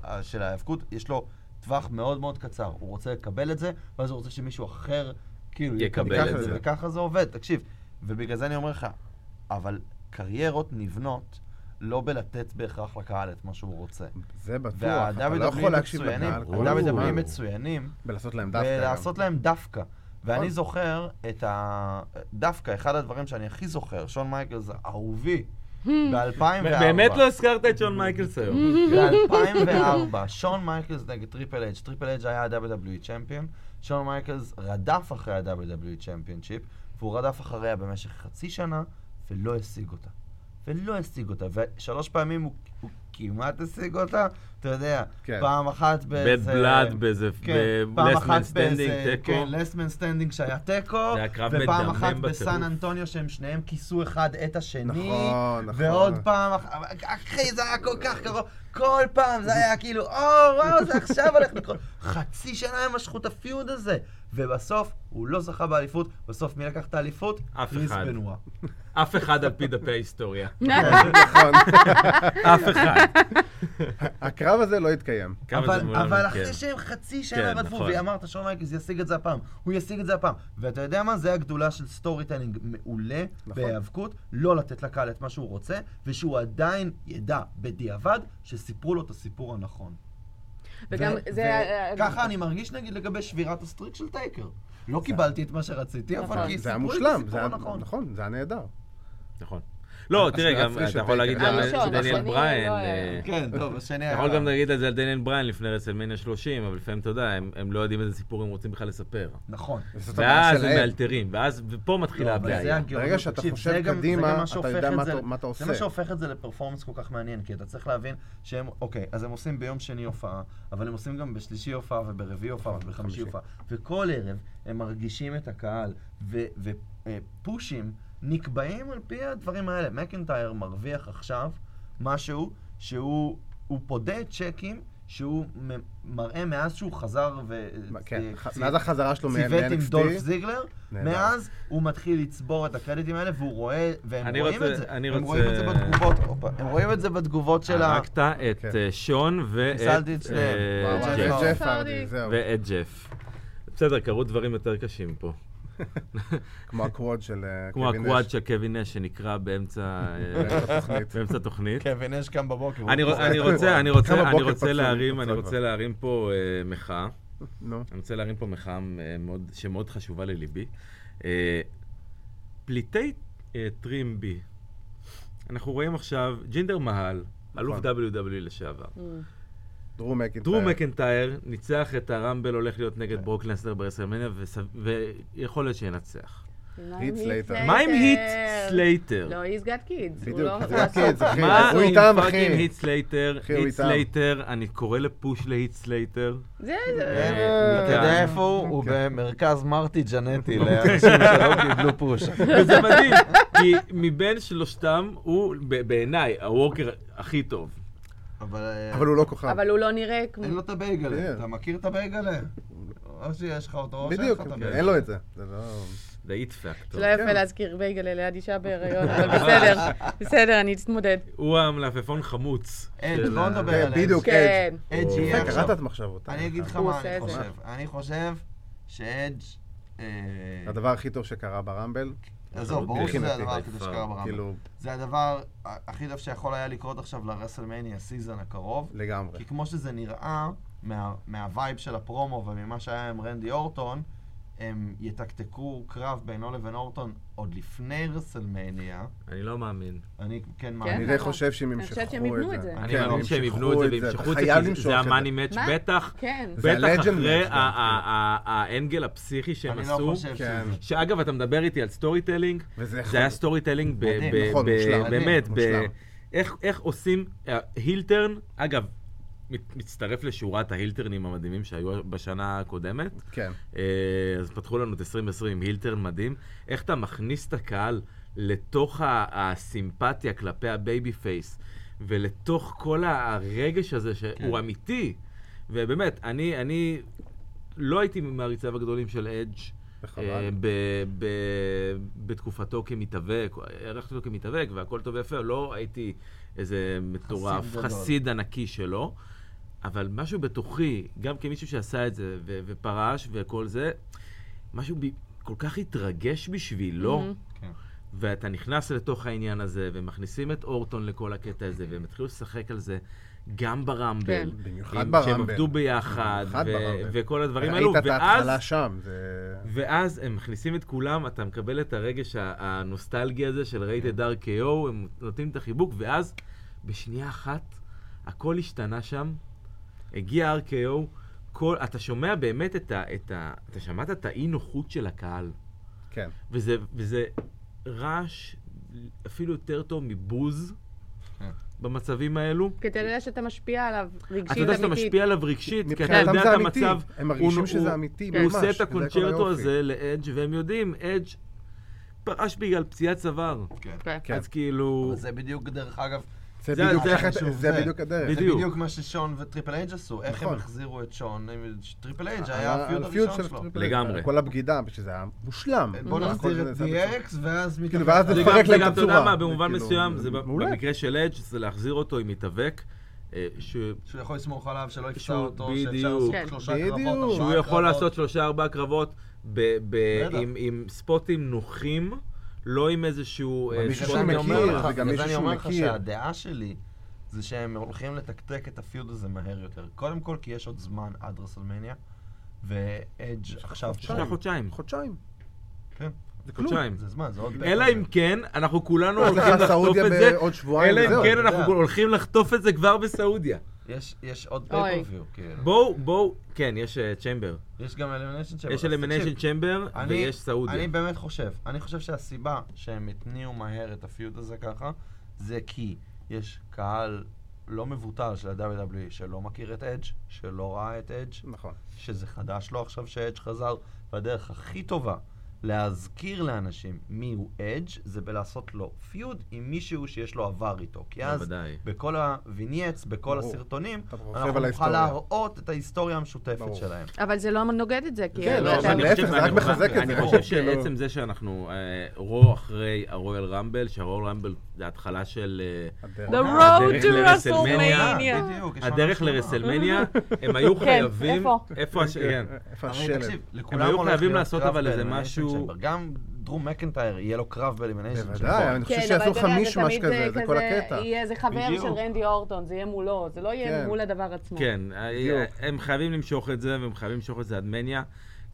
ה- של ההיאבקות, יש לו טווח מאוד מאוד קצר. הוא רוצה לקבל את זה, ואז הוא רוצה שמישהו אחר, כאילו, יקבל את וככה- זה. וככה זה עובד, תקשיב. ובגלל זה אני אומר לך, אבל קריירות נבנות לא בלתת בהכרח לקהל את מה שהוא רוצה. זה בטוח, אתה לא וה-WWE יכול להקשיב מצוינים, לקהל. כל ה-WWE הזמן. מצוינים, ולעשות להם דווקא. ולעשות גם. להם דווקא. ואני נכון. זוכר את ה... דווקא, אחד הדברים שאני הכי זוכר, שון מייקלס, אהובי, Hmm. ב-2004. באמת לא הזכרת את שון מייקלס היום. ב-2004, שון מייקלס נגד טריפל אג', טריפל אג' היה ה-WWE צ'מפיון, שון מייקלס רדף אחרי ה-WWE צ'מפיונשיפ, והוא רדף אחריה במשך חצי שנה, ולא השיג אותה. ולא השיג אותה, ושלוש פעמים הוא, הוא כמעט השיג אותה, אתה יודע, כן. פעם אחת בית באיזה... בלאד באיזה... כן, פעם אחת בלסמן באיזה, סטנדינג, תיקו. כן, לסמן סטנדינג שהיה תיקו, זה היה קרב ופעם מדמם אחת בטירוף. בסן אנטוניו שהם שניהם כיסו אחד את השני, נכון, נכון. ועוד פעם, אח- אחי, זה היה כל כך קרוב, כל פעם זה היה כאילו, או, וואו, זה עכשיו הולך לקרות. חצי שנה הם משכו את הפיוד הזה, ובסוף הוא לא זכה באליפות, בסוף מי לקח את האליפות? אף קריס אחד. בנואה. אף אחד על פי דפי ההיסטוריה. נכון. אף אחד. הקרב הזה לא התקיים. כמה זה אבל, מעולם, אבל כן. אחרי שהם חצי שנה כן, רדפו, נכון. ואמרת, שון מייקלס ישיג את זה הפעם, הוא ישיג את זה הפעם. ואתה יודע מה? זה הגדולה של סטורי טיילינג מעולה נכון. בהיאבקות, לא לתת לקהל את מה שהוא רוצה, ושהוא עדיין ידע בדיעבד שסיפרו לו את הסיפור הנכון. וגם ו- זה... ו- אה, כן. ככה אני מרגיש נגיד לגבי שבירת הסטריק של טייקר. לא קיבלתי את מה שרציתי, נכון. אבל כי זה היה סיפרו לי את מושלם, זה הסיפור היה הנכון. נכון, זה היה נהדר. נכון. לא, תראה, גם הפריש אתה של יכול להגיד טייקר. גם הראשון, על דניאל השני בריין. אה, לא אה, היה. כן, טוב, השני אתה היה... יכול גם להגיד את זה על דניאל בריין לפני רסלמניה 30, אבל לפעמים, אתה יודע, הם הם לא יודעים איזה סיפור הם רוצים בכלל לספר. נכון. וזאת הבעיה ואז הם שלהם. מאלתרים, ואז, ופה מתחילה לא, אבל זה הבעיה. הגאונות. ברגע שאתה תקשיב, חושב זה גם- זה קדימה, גם מה אתה שהופך יודע את מה זה- אתה- מה אתה זה מה עושה. שהופך את זה לפרפורמנס כל כך מעניין, כי אתה צריך להבין שהם, אוקיי, אז הם עושים ביום שני הופעה, אבל הם עושים גם בשלישי הופעה וברביעי הופעה ובחמישי חמישי. הופעה, וכל ערב הם מרגישים את הקהל, ופושים נקבעים על פי הדברים האלה. מקנטייר מרוויח עכשיו משהו שהוא הוא פודה צ'קים. שהוא מ- מראה מאז שהוא חזר ו... כן, אה, ח- קצין- מאז החזרה שלו מ- ציוות עם מ-NXT, דולף זיגלר, נהדר. מאז הוא מתחיל לצבור את הקרדיטים האלה, והוא רואה, והם אני רואים רוצה- את זה, אני הם רוצה- רואים את זה בתגובות, הופה, הם רואים את זה בתגובות של ה... אוקיי. הרגת את כן. אה, שון ואת חיסלתי את שניהם. אה, וואו, וואו, ג'ף. זה ג'ף ג'ף הרדי. הרדי, זהו. ואת ג'ף. בסדר, קרו דברים יותר קשים פה. כמו הקוואד של אה, כמו קווין הקוואד אש. של קווין אש שנקרא באמצע אה, באמצע התוכנית. באמצע התוכנית. קווין אש קם בבוקר. אה. אני כן, הוא רוצ- קורא אני את רוצה, התגובות. אני רוצה, כמה אני בוקר רוצה פצוע, להרים, פצוע אני כבר. רוצה להרים פה אה, מחאה. נו. אני רוצה להרים פה מחאה אה, מאוד- שמאוד חשובה לליבי. אה, פליטי אה, טרים בי. אנחנו רואים עכשיו ג'ינדר מהל, אלוף נכון. WWE לשעבר. אה, דרום מקינטייר. דרום מקנטייר אה. ניצח את הרמבל, הולך להיות נגד ברוק לסנר ברסלמניה, וס- ויכול להיות שינצח. היט סלייטר. מה עם היט סלייטר? אה. לא, he's got kids. הוא בדיוק, לא- זה הקיץ, אחי. מה הוא עם איתם, פאקינג אחי. היט סלייטר? אחי, הוא היט איתם. סלייטר, אני קורא לפוש להיט סלייטר. זה, זה... אה, אה, אתה יודע אה, איפה הוא? הוא כן. במרכז מרטי ג'נטי אוקיי. לאנשים שלא קיבלו פוש. וזה מדהים, כי מבין שלושתם, הוא ב- בעיניי הוורקר הכי טוב. אבל אה, אבל הוא לא כוכב. אבל הוא לא נראה כמו... אין לו את הבייגלה. כן. אתה מכיר את הבייגלה? או שיש לך אותו, או שאין לך בדיוק, את כן, הבייגלה. אין לו את זה. זה לא... זה היט פקטור. זה לא יפה כן. להזכיר בייגלה ליד אישה בהיריון, אה, אבל בסדר, בסדר, אני אתמודד. הוא המלפפון חמוץ. אין, של בוא ה- נדבר כן, על בדיוק, כן. אדג'. אדג' הוא- יהיה אה, עכשיו. קראת את מחשבותיי. אני אגיד לך הוא מה עושה אני את זה. חושב. אני חושב שאדג'... אה, הדבר הכי טוב שקרה ברמבל, עזוב, ברור מבחינתי, שזה הדבר by הכי טוב far. שקרה ברמבל. כאילו, זה הדבר ה- הכי טוב שיכול היה לקרות עכשיו לרסלמניה סיזון הקרוב. לגמרי. כי כמו שזה נראה, מה- מהווייב של הפרומו וממה שהיה עם רנדי אורטון, הם יתקתקו קרב בינו לבין אורטון עוד לפני רסלמניה. אני לא מאמין. אני כן אני מאמין. די נכון. חושב שהם אני ימשכו את חושבת זה. שהם יבנו את זה. אני כן, מאמין הם שהם יבנו את זה וימשכו את אתה זה, חייב כי למשוך זה את זה. המאני מאץ', מה? בטח. כן. זה בטח ה-legend אחרי match, ה- ה- ה- האנגל הפסיכי שהם אני לא עשו. חושב כן. שזה... שאגב, אתה מדבר איתי על סטורי טלינג, וזה זה היה סטורי טלינג, ב- מדהים, ב- נכון, ב- מושלם. באמת, ב- מושלם. איך- איך עושים הילטרן, אגב, מת- מצטרף לשורת ההילטרנים המדהימים שהיו בשנה הקודמת, כן. אה, אז פתחו לנו את 2020 עם הילטרן מדהים, איך אתה מכניס את הקהל לתוך ה- הסימפתיה כלפי הבייבי פייס, ולתוך כל ה- הרגש הזה שהוא כן. אמיתי, ובאמת, אני, אני לא הייתי ממעריציו הגדולים של אדג'. אה, וחבל. ב- ב- בתקופתו כמתאבק, הערכתי אותו כמתאבק והכל טוב ויפה, לא הייתי איזה מטורף, גדול. חסיד ענקי שלו, אבל משהו בתוכי, גם כמישהו שעשה את זה ו- ופרש וכל זה, משהו ב- כל כך התרגש בשבילו. מהמם. כן. ואתה נכנס לתוך העניין הזה, ומכניסים את אורטון לכל הקטע הזה, והם התחילו לשחק על זה גם ברמבל. במיוחד עם- שהם ברמבל. עבדו ביחד, במיוחד ו- ברמבל. וכל הדברים האלו, ראית את ואז ההתחלה שם, זה... ואז הם מכניסים את כולם, אתה מקבל את הרגש ה- הנוסטלגי הזה של ראית את דארק KO, הם נותנים את החיבוק, ואז בשנייה אחת הכל השתנה שם, הגיע RKO, כל, אתה שומע באמת את ה... את ה אתה שמעת את האי-נוחות של הקהל, כן. וזה, וזה רעש אפילו יותר טוב מבוז כן. במצבים האלו. כדי לדעת שאתה משפיע עליו רגשית, אתה יודע שאתה אמיתית. משפיע עליו רגשית, כי אתה כאילו, מבחינתם יודע זה את אמיתי. המצב. הם הוא- מרגישים הוא- שזה אמיתי, הוא ממש. עושה את וזה כל הקונצ'רטו היופי. הזה לאדג' והם יודעים, אדג' פרש בגלל פציעת צוואר. כן. כן. כן. אז כאילו... אבל זה בדיוק, דרך אגב, זה זה- בדיוק זה- כן. איך- שוב, זה זה- בדיוק הדרך. זה בדיוק. בדיוק מה ששון וטריפל אייג' עשו. איך הם נכון. החזירו את שון? הם- טריפל אייג' היה היה הפיוד הפיוד הראשון של שלו. טריפל אייץ'. לגמרי. כל הבגידה, שזה היה מושלם. בוא הכל נחזיר זה את נעשה בצורה- DX, ואז מתחת... כאילו, ואז זה לפרק גם, זה להם את גם, אתה יודע הצורה. מה, במובן זה כאילו- מסוים, זה ב- מעולה. במקרה של אדג' זה להחזיר אותו עם מתאבק, אה, ש- שהוא יכול לסמוך עליו, שלא יפצע שהוא- אותו, שאפשר בדיוק. לעשות כן. שלושה בדיוק. קרבות, ארבעה שהוא יכול קרבות. לעשות שלושה ארבעה קרבות ב- ב- בטח. עם- עם ספוטים נוחים, לא עם איזשהו... אה, אבל מישהו ספוט בגלל זה אני שמכיר, יומי. אומר לך, זה גם בגלל זה מישהו אני שהוא אומר לך מכיר. שהדעה שלי זה שהם הולכים לתקתק את הפיוד הזה מהר יותר. קודם כל, כי יש עוד זמן עד רסלמניה, ואדג' עכשיו חודשיים. שלושה פה. חודשיים. חודשיים. כן, זה כלום. חודשיים. זה זמן, זה עוד... אלא אם כן, אנחנו כולנו יש הולכים לך לחטוף סעודיה את זה, בעוד שבועיים. אלא אם וזהו. כן אתה אנחנו יודע. הולכים לחטוף את זה כבר בסעודיה. יש- יש עוד אוי. פייפרוויו, כאילו. בואו, בואו, כן, יש צ'מבר. יש גם אלמנשן שלו. יש אלמניישן צ'מבר אני- ויש סעודיה. אני באמת חושב, אני חושב שהסיבה שהם התניעו מהר את הפיוד הזה ככה, זה כי יש קהל לא מבוטל של ה-WWE שלא מכיר את אדג', שלא ראה את אדג', נכון. שזה חדש לו עכשיו שאדג' חזר, והדרך הכי טובה להזכיר לאנשים מיהו אדג' זה בלעשות לו פיוד עם מישהו שיש לו עבר איתו. כי אז בוודאי. בכל הווינייץ, בכל ברור. הסרטונים, אתה חושב אנחנו על נוכל ההיסטוריה. להראות את ההיסטוריה המשותפת ברור. שלהם. אבל זה לא נוגד את זה, כי... כן, לא, לא, אתה- אבל אני להפך, חושב- זה רק אני- מחזק את אני זה. חושב כאילו- שעצם זה שאנחנו אה, רו אחרי הרויאל רמבל, שהרויאל רמבל זה התחלה של... אה, הדרך. The road הדרך to לרסלמניה. WrestleMania. בדיוק, יש הדרך לנו לרסלמניה, הם היו כן, חייבים... איפה? איפה הש... כן. איפה הרי השלט? תקשיב, לכולם הם היו הולך חייבים להיות לעשות קרב אבל איזה ב-Elimination משהו- Chamber. גם דרום מקנטייר, יהיה לו קרב באלימיניישן בוודאי, אני חושב כן, שיעשו אבל לך אתה יודע, זה מישמש תמיד כזה, זה כל הקטע. יהיה איזה חבר בדיוק. של רנדי אורטון, זה יהיה מולו, זה לא יהיה כן. מול הדבר עצמו. כן, אה, בדיוק. הם חייבים למשוך את זה, והם חייבים למשוך את זה עד מניה,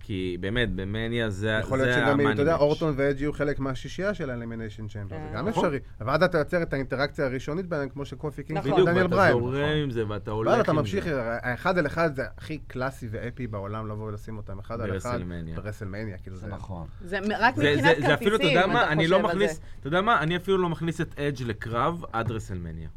כי באמת, במניה זה יכול זה להיות שגם, ה-money אתה יודע, match. אורטון ואג'י הוא חלק מהשישייה של האלימיניישן צ'מבר, זה כן. גם נכון. אפשרי. ואז אתה יוצר את האינטראקציה הראשונית ביניהם, כמו שקופי קינג נכון. בדיוק, ודניאל ואתה בריין. זורם עם זה, ואתה הולך עם ואז זה. אתה ממשיך, האחד על אחד זה הכי קלאסי ואפי בעולם לבוא ולשים אותם אחד על אחד. ברסלמניה. ברסלמניה, כאילו זה זה... נכון. זה מ- רק זה, מבחינת זה, כרטיסים, זה אפילו, אתה יודע מה, אני לא חושב על מכניס, זה. אתה יודע מה, אני אפילו לא מכניס את אדג' לקרב עד רסלמניה. כן,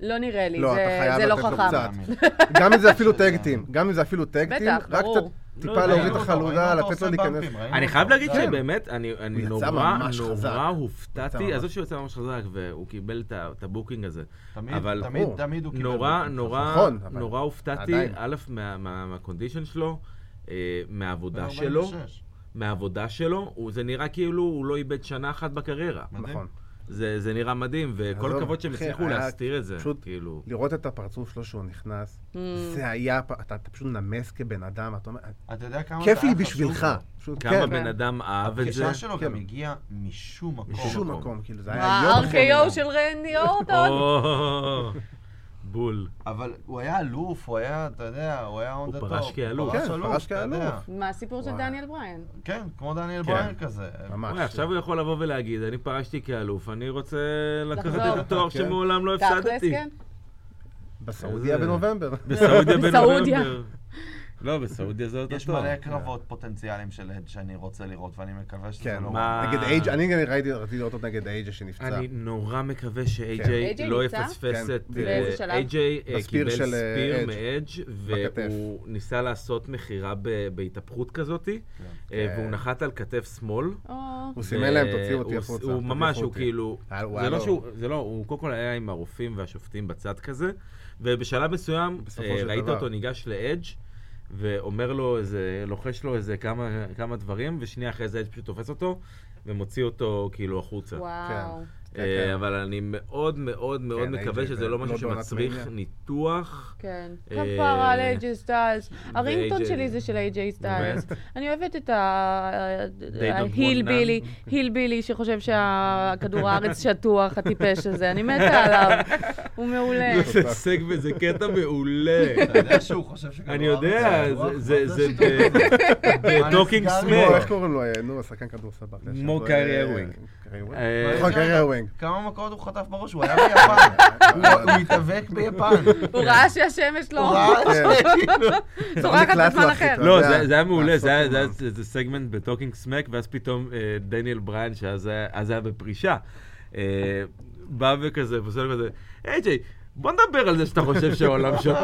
לא נראה לי, לא, זה- אתה חייב זה לא לתת לו חכם. קצת. גם אם זה אפילו טאג נכון. טים, גם אם זה אפילו טאג טים, בטח, רק ברור. קצת לא, טיפה ראינו להוריד את אותו, החלודה, לא, לתת לו להיכנס. אני חייב להגיד כן, שבאמת, אני, אני יצא נורא, ממש חזק. נורא הוא הופתעתי, יצא עזוב ממש. שהוא יצא ממש חזק והוא קיבל את ה- את הבוקינג הזה. תמיד, אבל- תמיד, ברור. תמיד הוא נורא, נורא, נכון, אבל נורא הופתעתי, עדיין. א', מה- מה- מהקונדישן שלו, אה, מהעבודה ב-46. שלו, מהעבודה שלו, הוא- זה נראה כאילו הוא לא איבד שנה אחת בקריירה. מדהים. נכון. זה זה נראה מדהים, וכל עזוב, הכבוד שהם אחי, הצליחו היה להסתיר את זה, פשוט- כאילו. לראות את הפרצוף שלו שהוא נכנס, Mm. זה היה, פ- אתה אתה פשוט נמס כבן אדם, אתה אומר, אתה יודע כמה כיף זה לי היה בשבילך. חשוב פשוט, כמה כן, בן אדם אהב לו? את זה. הקשר שלו כן. גם הגיע משום מקום. בשום מקום. מקום, כאילו, זה היה יום אחרי ה-RKO יום. של רנדי אורטון. או, בול. אבל הוא היה אלוף, הוא היה, אתה יודע, הוא היה און הוא דה טופ. פרש כאלוף. כן, פרש אתה יודע. כאלוף. מה הסיפור של וואי. דניאל בריין? כן, כמו דניאל כן. בריין כזה. ממש. וואי, עכשיו הוא יכול לבוא ולהגיד, אני פרשתי כאלוף, אני רוצה לקחת לחזור. את התואר כן. שמעולם לא תכלס, הפסדתי. כן? בסעודיה איזה- בנובמבר. בסעודיה בסעודיה. בנובמבר. לא, בסעודיה זה אותו יש תואר. כן. מלא קרבות פוטנציאליים של אד שאני רוצה לראות, ואני מקווה שזה כן, לא... מה? נגד אייג' אני גם ראיתי, רציתי לראות אותו נגד אייג' שנפצע. אני נורא מקווה כן. שאיי-ג'יי לא AJ נפצע? יפספס כן. את... אה, באיזה שלב? איי-ג'יי בספיר קיבל של, ספיר אה, מאדג' בכתף. והוא ניסה לעשות מכירה ב- בהתהפכות כזאת, כן. אה, והוא נחת על כתף שמאל. או, הוא סימן להם, תוציאו אה, הוא- אותי החוצה. הוא תוציאו ממש, הוא אותי." כאילו... אה, הוא זה היה לא לו- שהוא, זה לא, הוא קודם כל היה עם הרופאים והשופטים בצד כזה, ובשלב מסוים בסופו אה, של ראית דבר. אותו ניגש לאדג' ואומר לו איזה, לוחש לו איזה כמה, כמה דברים, ושנייה אחרי זה אדג' פשוט תופס אותו ומוציא אותו כאילו החוצה. וואו. כן, אה, כן. אבל אני מאוד מאוד מאוד כן, מקווה AJ, שזה לא לא משהו בעונת שמצריך מניה. ניתוח. כן. אה, כפרה על אייג'י סטיילס. הרינגטון ו-AJ. שלי זה של אייג'י סטיילס. באמת? אני אוהבת They don't את want ההיל בילי, היל בילי שחושב שהכדור הארץ שטוח, הטיפש הזה. אני מתה עליו. הוא מעולה. זה סגמנט, זה קטע מעולה. אתה יודע שהוא חושב שכדור אני הארץ יודע, זה לא- הרוח? זה- זה- מה זה השיטות האלה? מה בטוקינג נסגר סמאק. נו, איך קוראים לו? אה, נו, השחקן כדור סבבה. מו קארי ארווינג. אה, קארי ארווינג? אה, נכון, קארי ארווינג. כמה מכות הוא חטף בראש? הוא היה ביפן. הוא- אה, הוא התאבק ביפן. הוא ראה שהשמש לא... הוא ראה זורחת נקלט לו בזמן הכי אחר. טוב. לא, יודע, זה- זה היה מעולה, לעשות זה היה עם זה היה ה- איזה סגמנט בטוקינג סמק, ואז פתאום אה, דניאל בריין, שאז היה אז היה בפרישה, אה, בא וכזה, ועושה לו כזה, היי ג'יי, בוא נדבר על זה שאתה חושב שהעולם שטוח.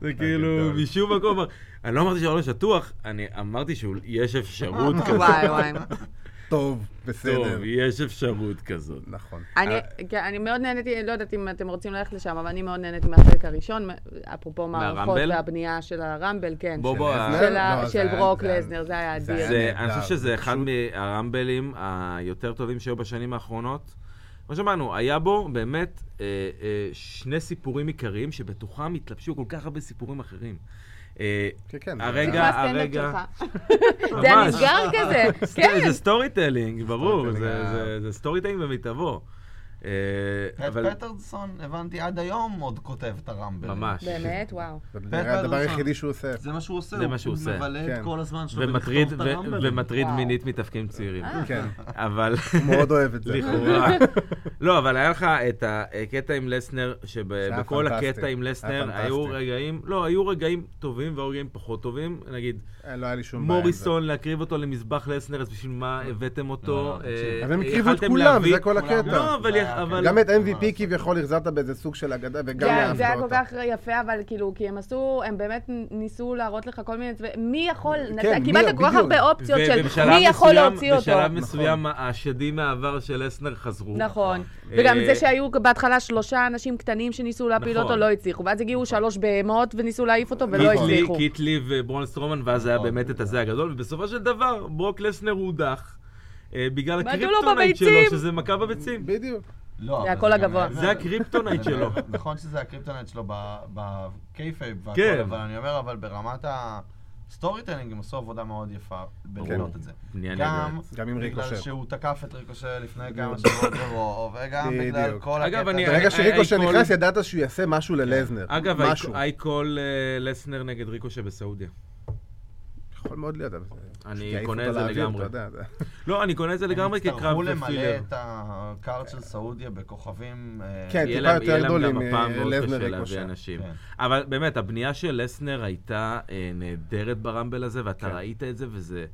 זה כאילו, גדול. משום מקום, אמר, אני לא אמרתי שהעולם שטוח, אני אמרתי שיש אפשרות כזאת. וואי וואי. טוב, בסדר. טוב, יש אפשרות כזאת. נכון. אה. אני, כן, אני מאוד נהניתי, לא יודעת אם אתם רוצים ללכת לשם, אבל אני מאוד נהניתי מהחלק הראשון, אפרופו מערכות מהרמבל? והבנייה של הרמבל, כן. בוא, בוא, של של לזנר? ה- לא, זה של היה- ברוק זה היה- לזנר, זה היה זה אדיר. היה זה, אני נהדר, חושב שזה אחד פשוט. מהרמבלים היותר טובים שהיו בשנים האחרונות. כמו שאמרנו, היה בו באמת אה, אה, שני סיפורים עיקריים שבתוכם התלבשו כל כך הרבה סיפורים אחרים. אה, כן, כן. הרגע, זה הסטנדאפ אה, הרגע, שלך. ממש. זה היה נסגר כזה, סט- כן. זה סטורי טלינג, ברור, סטורי זה- טלינג, זה- זה סטורי טלינג במיטבו. אה, אבל את פטרסון, הבנתי, עד היום עוד כותב את הרמבל. ממש. באמת, וואו. זה נראה אה, הדבר ראשון. היחידי שהוא עושה. זה מה שהוא עושה. זה מה שהוא עושה. הוא מבלה כן. את כל הזמן שלו ומטריד, בלכתוב את ו- הרמבלים. ומטריד וואו. מינית מתאפקים צעירים. אה. כן, אבל... הוא מאוד אוהב את זה. לכאורה. לא, אבל היה לך את הקטע עם לסנר, שהיה שבכל פנטסטי. הקטע עם היה לסנר פנטסטי. היו רגעים, לא, היו רגעים טובים והיו רגעים פחות טובים. נגיד, אה, לא היה לי שום בעיה. עם זה. אה. מוריסון, להקריב אותו למזבח לסנר, אז בשביל מה הבאתם לא, אותו? לא, אה, תקשיב. אבל הם הקריבו את יכלתם כולם, להביא- זה כל לא, הקטע. אבל... זה- אבל- גם את MVP כביכול החזרת באיזה סוג של אגדה, וגם זה- אהבת כן, זה היה כל אותה. כך יפה, אבל כאילו, כי הם עשו, הם באמת ניסו להראות לך כל מיני צבעים. מי יכול, כן, נתן- מי- קיבלת כל כך בדיוק. הרבה אופציות של ובשלב מי יכול מסוים- להוציא אותו. בשלב נכון. מסוים השדים מהעבר של לסנר חזרו. נכון. וגם אה, זה שהיו בהתחלה שלושה אנשים קטנים שניסו להפיל נכון. אותו, לא הצליחו. ואז הגיעו שלוש בהמות וניסו להעיף אותו, ולא קיט לי- הצליחו. קיט לי וברון סטרומן, ואז היה נכון. באמת את הזה הגדול, ובסופו של דבר, ברוק לסנר הודח. אה, בגלל בעטו לו הקריפטונייט שלו, בביצים. שזה מכה בביצים. בדיוק. לא, זה אבל הכל גם הגבוה. מעבר. זה הקריפטונייט שלו. נכון שזה הקריפטונט שלו בקייפייב והכל, כן. אבל אני אומר, אבל ברמת ה... סטורי טיילינג הם עשו עבודה מאוד יפה בלבנות את זה. בנייה גם נהדרת. גם עם בגלל ריקושה. שהוא תקף את ריקושה לפני כמה בדיוק. שבועות ברואו, וגם בגלל בדיוק. כל אגב, הקטע. אני- הזה. ברגע שריקושה האי-קול- נכנס, ידעת שהוא יעשה משהו ללזנר. אה, אגב, משהו. אייקול לסנר uh, נגד ריקושה בסעודיה. יכול מאוד להיות, אבל... אני שיעיף קונה אותו את זה לאוויר, לגמרי. אתה יודע. לא, אני קונה את זה לגמרי הם כקרב יצטרכו למלא ופילר. את הקארט של סעודיה בכוכבים... אה, כן, יהיה טיפה להם- יותר יהיה להם גדולים אה, גם הפעם מאוד קשה מלזנר להביא ריקושה. אנשים. כן. אבל באמת, הבנייה של לסנר הייתה אה, נהדרת ברמבל הזה, ואתה כן. ראית את זה, וזה...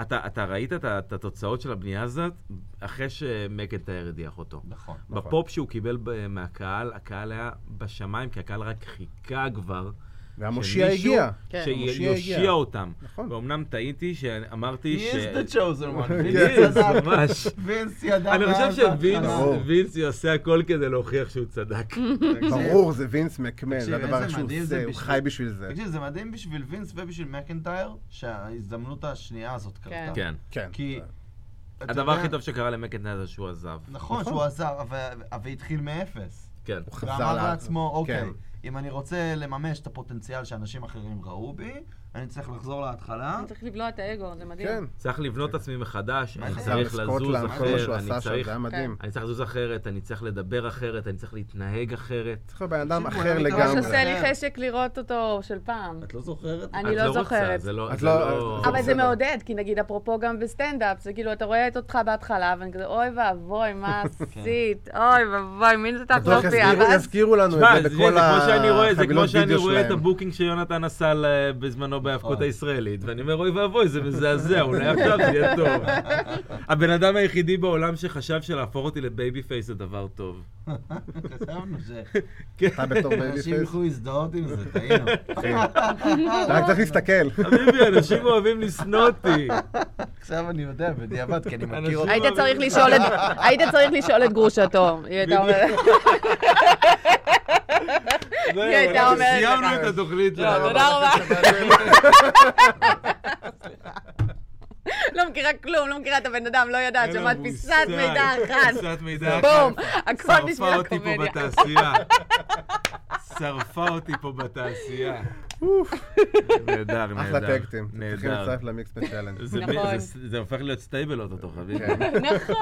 אתה, אתה ראית את, ה- את התוצאות של הבנייה הזאת אחרי שמקנטייר הדיח אותו. נכון. נכון. בפופ שהוא קיבל ב- מהקהל, הקהל היה בשמיים, כי הקהל רק חיכה כבר. והמושיע שמישהו- הגיע. כן. המושיע הגיע. שיושיע אותם. נכון. ואומנם טעיתי שאמרתי He ש... is the chosen one. He is, וינס ידע. ממש. וינס ידע. אני חושב מאז שווינס ההתחלה. ברור. וינס יעשה הכל כדי להוכיח שהוא צדק. ברור, זה וינס מקמן, תקשיב, זה הדבר איזה שהוא מדהים זה עושה, הוא בשביל- חי בשביל זה. תקשיב, זה מדהים בשביל וינס ובשביל מקנטייר שההזדמנות השנייה הזאת קרתה. כן. כן. כי... אתה הדבר יודע- הכי טוב שקרה למקנטייר זה שהוא עזב. נכון, שהוא עזר, אבל- אבל התחיל מאפס. כן. הוא ואמר לארץ. לעצמו, כן. אוקיי, אם אני רוצה לממש את הפוטנציאל שאנשים אחרים ראו בי, אני צריך לחזור להתחלה. צריך לבלוע את האגו, זה מדהים. כן. צריך לבנות את עצמי מחדש, מה אני זה? צריך לזוז סקוטלנד, כל מה שהוא אחר, אני עשה שם, צריך... כן. זה היה מדהים. אני צריך לזוז אחרת, אני צריך לדבר אחרת, אני צריך להתנהג אחרת. צריך להיות בן אדם תקשיבו, אחר אני ממש גם- לגמרי. עושה לי חשק לראות אותו של פעם. את לא זוכרת? אני את לא רוצה, זוכרת. זה לא... את זה לא- לא- זה אבל זה בסדר. מעודד, כי נגיד, אפרופו גם בסטנדאפ, זה כאילו, אתה רואה את אותך בהתחלה, ואני כזה, אוי ואבוי, מה עשית? אוי ואבוי, מי נתת בטוח לו פיה? יזכירו- ואז יזכירו לנו תשמע, את זה זה זה בכל כמו שאני רואה, זה כמו החבילות שאני וידאו רואה את שלהם. הבוקינג שיונתן עשה ל- אה, בזמנו בהאבקות הישראלית, ואני אומר, אוי ואבוי, זה מזעזע, אולי עכשיו זה יהיה טוב. הבן אדם היחידי בעולם שחשב שלהפוך אותי לבייבי פייס זה דבר טוב. חשבנו אתה בתור בייבי שאנשים פייס. ילכו להזדהות עם זה, טעינו. אתה רק צריך להסתכל. חביבי, אנשים אוהבים לשנוא אותי. עכשיו אני יודע, בדיעבד, כי אני אנשים- מכיר אותו. היית צריך לשאול את- היית צריך לשאול את גרושתו. היא הייתה אומרת... זהו, היא הייתה אנחנו אומרת סיימנו לך. את התוכנית לא, שלנו. תודה רבה. לא מכירה כלום, לא מכירה את הבן אדם, לא יודעת, אין לו שמעת מושג. פיסת מידע אחת. פיסת מידע אחת. בום, הכל בשביל שרפה אותי פה הקומדיה. בתעשייה. שרפה אותי פה בתעשייה. נהדר, אחלה נהדר. טקטים. צריכים נהדר. להצטרף למיקס בצ'אלנג'. זה ב- נכון. זה- זה הופך להיות סטייבל אוטוטו, חביבי. כן. נכון.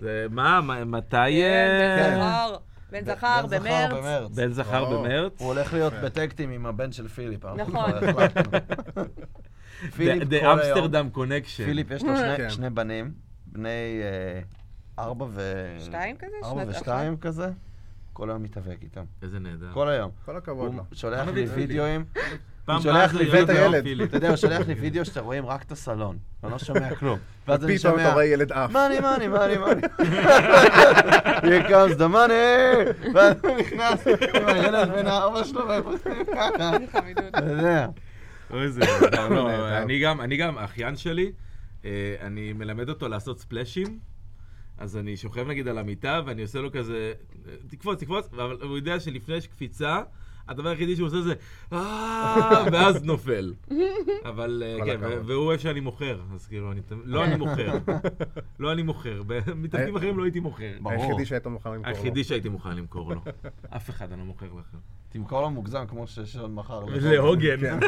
זה- מה, מה- מתי... אה, בן זכר, בן זכר, בן במרץ. בן זכר או. במרץ? הוא הולך להיות בטקטים עם הבן של פיליפ. אנחנו נכון. כבר החלטנו. פיליפ The- כל The היום- אמסטרדם קונקשן. פיליפ, יש לו שני- כן. שני בנים, בני אה, ארבע ו... שתיים כזה? ארבע שנת- ושתיים כזה. כל היום מתאבק איתם. איזה נהדר. כל היום. כל הכבוד הוא לו. שולח לי מביא את וידאוים, פעם הוא שולח הבאה לי זה יהיה ואת יום הילד. פיליפ. אתה יודע, הוא שולח לי וידאו שאתם רואים רק את הסלון, ואני לא שומע כלום. ואז אני פתאום שומע, אתה רואה ילד עף. מאני, מאני, מאני, מאני. Here comes the money! ואז הוא נכנס עם הילד בן הארבע שלו, והם עושים ככה. חמידות. אתה יודע. אוי, זה נהדר. לא, נהדר. אני גם, אני גם, האחיין שלי, אה, אני מלמד אותו לעשות ספלאשים. אז אני שוכב נגיד על המיטה, ואני עושה לו כזה, אה, תקפוץ, תקפוץ, אבל הוא יודע שלפני יש קפיצה, הדבר היחידי שהוא עושה זה, "אה", ואז נופל. אבל אה, כל כן, הכבוד. ו- והוא אוהב שאני מוכר, אז כאילו, אני תמיד- לא אני מוכר, לא אני מוכר, במתאבקים אחרים לא הייתי מוכר. ברור. היחידי שהיית מוכן למכור לו. היחידי שהייתי מוכן למכור לו. אף אחד אני לא מוכר לכם. תמכור לו מוגזם כמו ששון מחר. להוגן. כן.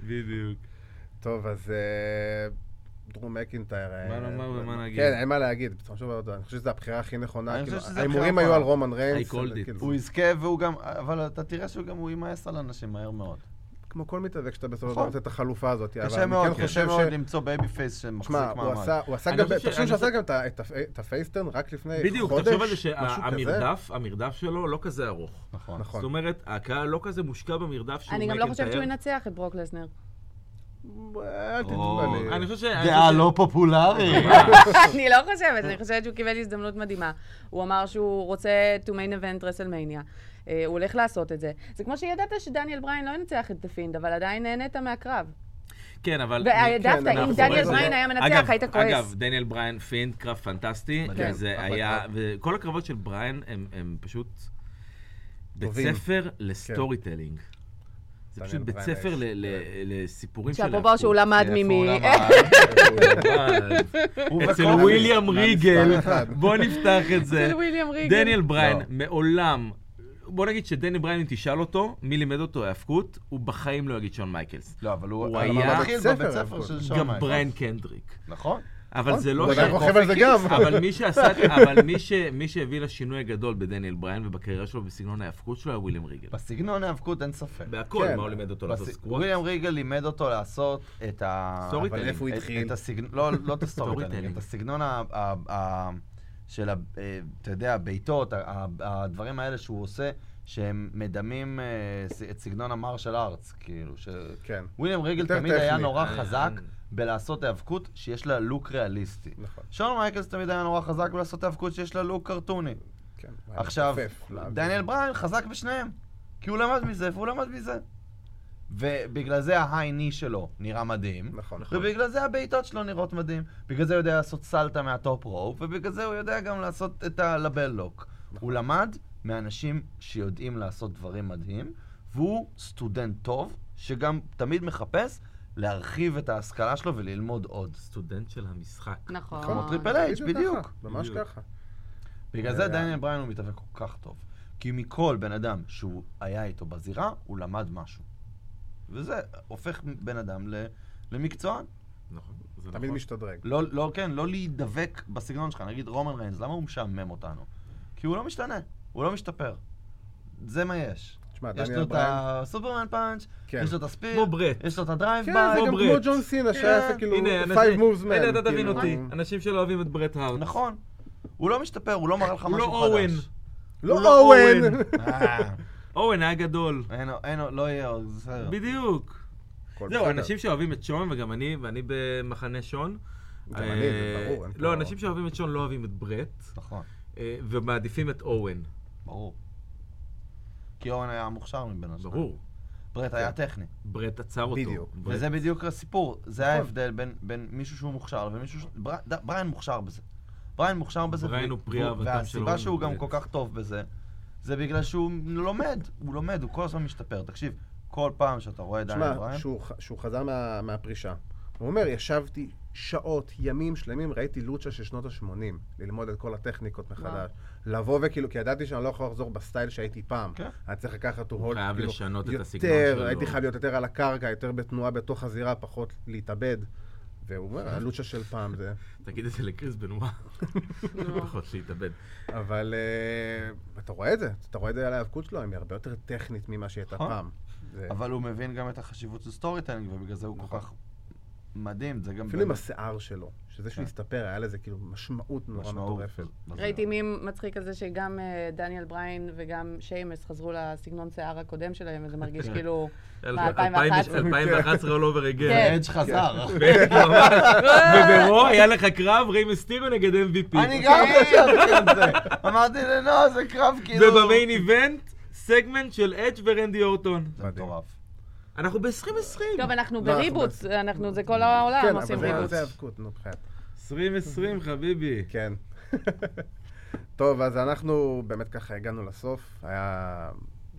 בדיוק. טוב, אז אה, דרום מקינטייר. אה, מה נאמר ומה נגיד? כן, אין מה להגיד, בסופו של דבר, אני חושב שזו הבחירה הכי נכונה. אני כאילו, חושב שזו ההימורים היו הבחירה על רומן ריינס. I called אבל it. כאילו, הוא יזכה והוא גם, אבל אתה תראה שהוא גם, הוא יימאס על אנשים מהר מאוד. כמו כל מתאבק שאתה בסופו של דבר נכון. רוצה את החלופה הזאת. כן, אבל קשה אני מאוד, כן קשה חושב מאוד ש- למצוא בייבי פייס שמחזיק שמע, הוא מעמד. עשה, הוא עשה אני גם, חושב ש- תחשוב אני שהוא עשה חושב- גם את ה- את ה- את הפייסטרן רק לפני חודש, בדיוק, תחשוב על זה משהו כזה. שהמרדף, המרדף שלו לא כזה ארוך. נכון. נכון. זאת אומרת, הקהל לא כזה מושקע במרדף שהוא אני גם לא חושבת מקנטייר. שהוא ינצח את ברוק לסנר. אל או, תתבלבל. אני חושב ש... אני דעה חושב ש- אה, לא פופולרית. אני לא חושבת, אני חושבת שהוא קיבל הזדמנות מדהימה. הוא אמר שהוא רוצה to main event רסלמניה. אה, הוא הולך לעשות את זה. זה כמו שידעת שדניאל בריין לא ינצח את דפינד, אבל עדיין נהנית מהקרב. כן, אבל... ודווקא אם מאחורי דניאל זה- בריין היה אגב, מנצח, היית כועס. אגב, דניאל בריין, פינד, קרב פנטסטי. כן, כן, מדהים. זה אחלה היה... קרב. וכל הקרבות של בריין הם- הם פשוט בית טובים. כן. ספר לסטורי טלינג. זה דניאל פשוט בית בריין ספר האש. ל- ל- לסיפורים של... שאפרופו שהוא למד ממי. אה, אצל וויליאם מהמספר ריגל, אחד. בוא נפתח את זה. אצל וויליאם ריגל. דניאל בריין לא. מעולם, בוא נגיד שדני בריין, אם תשאל אותו מי לימד אותו האבקות, הוא בחיים לא יגיד שון מייקלס. לא, אבל הוא הוא אבל היה- הוא מתחיל בבית בבית ספר, ספר של שון גם מייקלס. בריין קנדריק. נכון. אבל זה לא הוא גם ש... רוכב על זה גם. אבל מי שעשה, את- אבל מי ש... מי שהביא לשינוי הגדול בדניאל בריין ובקריירה שלו ובסגנון ההאבקות שלו היה וויליאם ריגל. בסגנון ההאבקות אין ספק. בהכל, כן. מה הוא לימד אותו כן. בס- לעשות סקוואט? וויליאם ריגל לימד אותו לעשות את ה... סטורי אבל טלינג. איפה הוא את- התחיל? את הסגנון, לא, לא את הסטורי טלינג. טלינג, את הסגנון ה... ה- ה- של, ה- אה, אתה יודע, הבעיטות, ה- ה- הדברים האלה שהוא עושה, שהם מדמים אה, ס- את סגנון המרשל ארץ, כאילו, ש... כן. וויליאם ריגל יותר תמיד היה טכני. נורא אה, חזק אה. בלעשות האבקות שיש לה לוק ריאליסטי. נכון. שון מייקלס תמיד היה נורא חזק בלעשות האבקות שיש לה לוק קרטוני. כן. עכשיו, מתופף לאוויר. דניאל בריין חזק בשניהם, כי הוא למד מזה והוא למד מזה. ובגלל זה ההיי-ני שלו נראה מדהים, נכון. ובגלל זה הבעיטות שלו נראות מדהים. בגלל זה הוא יודע לעשות סלטה מהטופ רופ, ובגלל זה הוא יודע גם לעשות את הלבל לוק. נכון. הוא למד מאנשים שיודעים לעשות דברים מדהים, והוא סטודנט טוב, שגם תמיד מחפש להרחיב את ההשכלה שלו וללמוד עוד. סטודנט של המשחק. נכון. כמו טריפל אייץ', בדיוק בדיוק. אה, ככה, ממש בדיוק. ככה. בגלל אה. זה דניאל בריין הוא מתאבק כל כך טוב. כי מכל בן אדם שהוא היה איתו בזירה, הוא למד משהו. וזה הופך בן אדם ל... למקצוען. נכון, זה תמיד נכון. משתדרג. לא, לא, כן, לא להידבק בסגנון שלך. נגיד רומן ריינס, למה הוא משעמם אותנו? כי הוא לא משתנה, הוא לא משתפר. זה מה יש. תשמע, יש אה, דניאל לו את בריין... הסופרמן פאנץ', כן. יש לו את הספיר, כמו ברט. יש לו את הדרייב כן, ביי. זה כמו גם ברט. כמו ג'ון סינה, כן. שהיה עושה כאילו הנה, 5 אנשים- moves man. הנה, אתה תבין כאילו. אותי. אנשים שלא אוהבים את ברט הארט. נכון. הוא לא משתפר, הוא לא מראה לך הוא משהו לא חדש. אוהן. לא הוא לא אוהן! אוהן. אה, אוהן היה גדול. אין, אין, לא יהיה עוד, בסדר. בדיוק. הכל זהו, בסדר. אנשים שאוהבים את שון, וגם אני, ואני במחנה שון. גם אה, אני, זה ברור, אין פה- לא, אנשים שאוהבים את שון לא אוהבים את ברט, נכון. אה, ומעדיפים את אוהן. ברור. כי אורן היה המוכשר מבין השניים. ברור. כן. ברט היה טכני. ברט עצר אותו. בדיוק. ברט- וזה בדיוק הסיפור. זה נכון. ההבדל בין- בין מישהו שהוא מוכשר לבין מישהו ש... בר- ד- בריין מוכשר בזה. בריין מוכשר בזה. בריין והוא- הוא פרי אהבתם של והסיבה אורן שהוא גם וברט. כל כך טוב בזה, זה בגלל שהוא לומד. הוא לומד, הוא כל הזמן משתפר. תקשיב, כל פעם שאתה רואה את דניאל תשמע, בריין... שהוא ח- שהוא חזר מה- מהפרישה, הוא אומר, ישבתי שעות, ימים שלמים, ראיתי לוצ'ה של שנות ה-80, ללמוד את כל הטכניקות מחדש. לבוא וכאילו, כי ידעתי שאני לא יכול לחזור בסטייל שהייתי פעם. כן. אני צריך לקחת to hold, הוא חייב כאילו, לשנות את הסגנון יותר, שלו. הייתי חייב להיות יותר על הקרקע, יותר בתנועה בתוך הזירה, פחות להתאבד. והוא אומר, אה? הלוצ'ה של פעם זה. תגיד את זה לקריס בנועה. לא. פחות להתאבד. אבל אה, אתה רואה את זה, אתה רואה את זה על ההיאבקות שלו, היא הרבה יותר טכנית ממה שהיא הייתה נכון. פעם. זה- אבל הוא מבין גם את החשיבות של סטורי טיינג, ובגלל זה נכון. הוא כל כך מדהים. זה גם... אפילו עם באמת השיער שלו, שזה שהוא כן. הסתפר, היה לזה כאילו משמעות נורא משמעות. כן. מטורפת. אז- ראיתי מים מצחיק על זה שגם אה, דניאל בריין וגם שיימס חזרו לסגנון שיער הקודם שלהם, וזה כן. מרגיש כאילו... לא, מה, 2011? 2011 all over again. כן. אדג' חזר. כן, ממש. וברו היה לך קרב ריים אסטיריו נגד MVP. אני גם חשבתי על זה. אמרתי לנועה, זה קרב כאילו... ובמיין איבנט, סגמנט של אג' ורנדי אורטון. זה מטורף. אנחנו ב-2020. טוב, אנחנו לא, אנחנו בריבוץ, אנחנו, זה כל כן, העולם עושים אבל ריבוץ. זה האבקות, נו, בחייאת. 2020, חביבי. כן. טוב, אז אנחנו באמת ככה הגענו לסוף. היה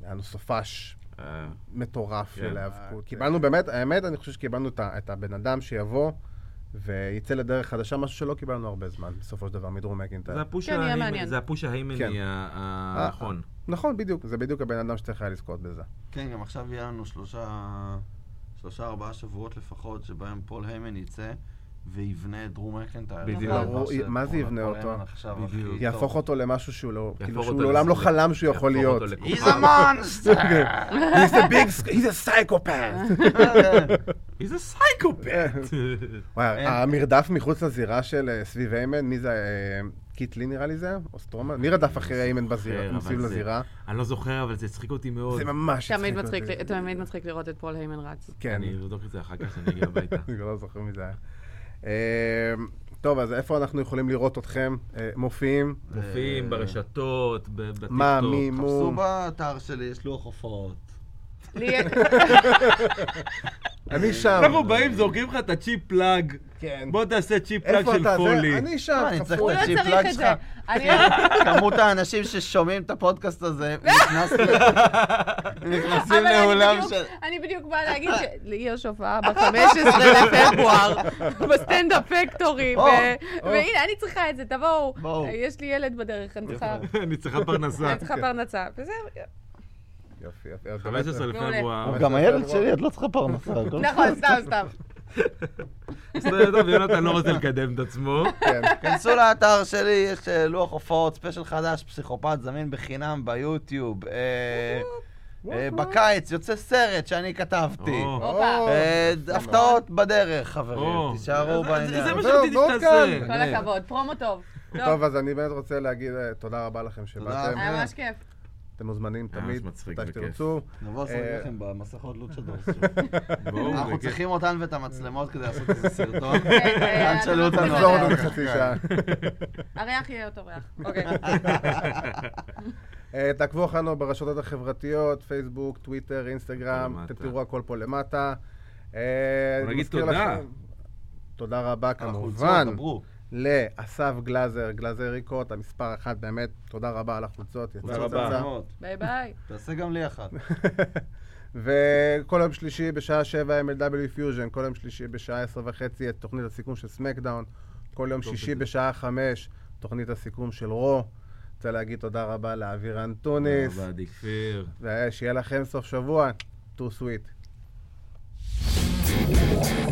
היה לנו סופש אה, מטורף כן. של האבקות. קיבלנו באמת, האמת, אני חושב שקיבלנו את ה- את הבן אדם שיבוא ויצא לדרך חדשה, משהו שלא קיבלנו הרבה זמן, בסופו של דבר, מדרום זה מקינטייר. הפוש כן, יהיה ההיימני- מעניין. זה הפוש ההיימני כן. ה- ה- הנכון. נכון, בדיוק, זה בדיוק הבן אדם שצריך היה לזכות בזה. כן, גם עכשיו יהיה לנו שלושה, שלושה ארבעה שבועות לפחות, שבהם פול היימן יצא ויבנה את דרום מקנטייר. בדיוק. זה הדבר הוא- שפול- מה זה יבנה פול אותו? היימן עכשיו הכי בדיוק. טוב. יהפוך אותו למשהו שהוא לא, כאילו אותו שהוא לעולם לא לסדר. חלם שהוא יכול יהפוך להיות. אותו לכוכב. He's a monster! אוקיי. He's a big, he's a psychopath. איזה סייקופט. וואי, אין. המרדף מחוץ לזירה של אה, סביב איימן, מי זה? אה, קיט לי נראה לי זה? או סטרומה? מי רדף אחרי איימן בזירה, אבל מסביב זה- לזירה? אני לא זוכר, אבל זה הצחיק אותי מאוד. זה ממש תמיד הצחיק מצחיק, אותי. לי- תמיד מצחיק לראות את פול היימן רץ. כן, אני אבדוק את זה אחר כך כשאני אגיע הביתה. אני כבר לא זוכר מי זה היה. אה, טוב, אז איפה אנחנו יכולים לראות אתכם אה, מופיעים? מופיעים ברשתות, ב- אה. מה, בטיקטוק. מי, חפשו מו? באתר שלי, יש לוח הופעות. לי- אני שם. אנחנו באים, זורקים לך את הצ'יפ פלאג. כן. בוא תעשה צ'יפ פלאג איפה של אתה? זה- פולי. אני שם, מה, אני צריך חפרו. הוא לא תקשיב, צריך פלאג את זה. שלך. אני- כמות האנשים ששומעים את הפודקאסט הזה נכנס ל- נכנסים אבל אני לאולם בדיוק- של... אני בדיוק באה להגיד שלי יש הופעה ב-15 לפברואר בסטנדאפ פקטורי, ו- או, או. והנה, אני צריכה את זה, תבואו. בואו. יש לי ילד בדרך, אני צריכה... אני צריכה פרנסה. אני צריכה פרנסה, וזהו, יופי, יופי. אז 15 באמת, לפברואר. אבל הוא גם זה הילד פברואר. שלי, את לא צריכה פרנסה. הכל נכון, סתם, סתם. בסדר, טוב, יונתן לא רוצה לקדם את עצמו. כן, כנסו לאתר שלי, יש אה, לוח הופעות, ספיישל חדש, פסיכופת, זמין בחינם ביוטיוב. אה, אה, בקיץ יוצא סרט שאני אוקיי, כתבתי. או. הופה. אה, הפתעות בדרך, או. חברים, תישארו אז- אז- זה בעניין. מה זהו, שרציתי מאוד שתעשה. קל. כל הכבוד, פרומו טוב. טוב, טוב, אז אני באמת רוצה להגיד אה, תודה רבה לכם שבאתם. היה ממש כיף. אתם מוזמנים אה, תמיד, זה מצחיק מתי וכיף. שתרצו. נבוא אה, לסרט לכם במסכות לוצ'דורס. בואו, אנחנו זה כיף. צריכים אותן ואת המצלמות כדי לעשות איזה סרטון. כן, אה, אל תשאלו אנחנו אותנו. נחזור נחזור עוד עוד חצי שעה. הריח יהיה אותו ריח. אוקיי. אה, תעקבו אחרינו ברשתות החברתיות, פייסבוק, טוויטר, אינסטגרם, למטה. אתם תראו הכל פה למטה. אה, בוא אני נגיד מזכיר תודה. לכם- תודה רבה החולצות, כמובן דברו. לאסף גלזר, גלזר ריקוט, המספר אחת באמת, תודה רבה על החולצות, יצא תודה רבה. פצצה. מצלמות. ביי ביי. תעשה גם לי אחת. וכל יום שלישי בשעה שבע MLW פיוז'ן, כל יום שלישי בשעה עשר וחצי את תוכנית הסיכום של סמקדאון, כל יום טוב, שישי לא בזה. בשעה חמש תוכנית הסיכום של רו. רוצה להגיד תודה רבה לאבירן אנטוניס, תודה רבה, עדי כפיר. ושיהיה לכם סוף שבוע, too sweet.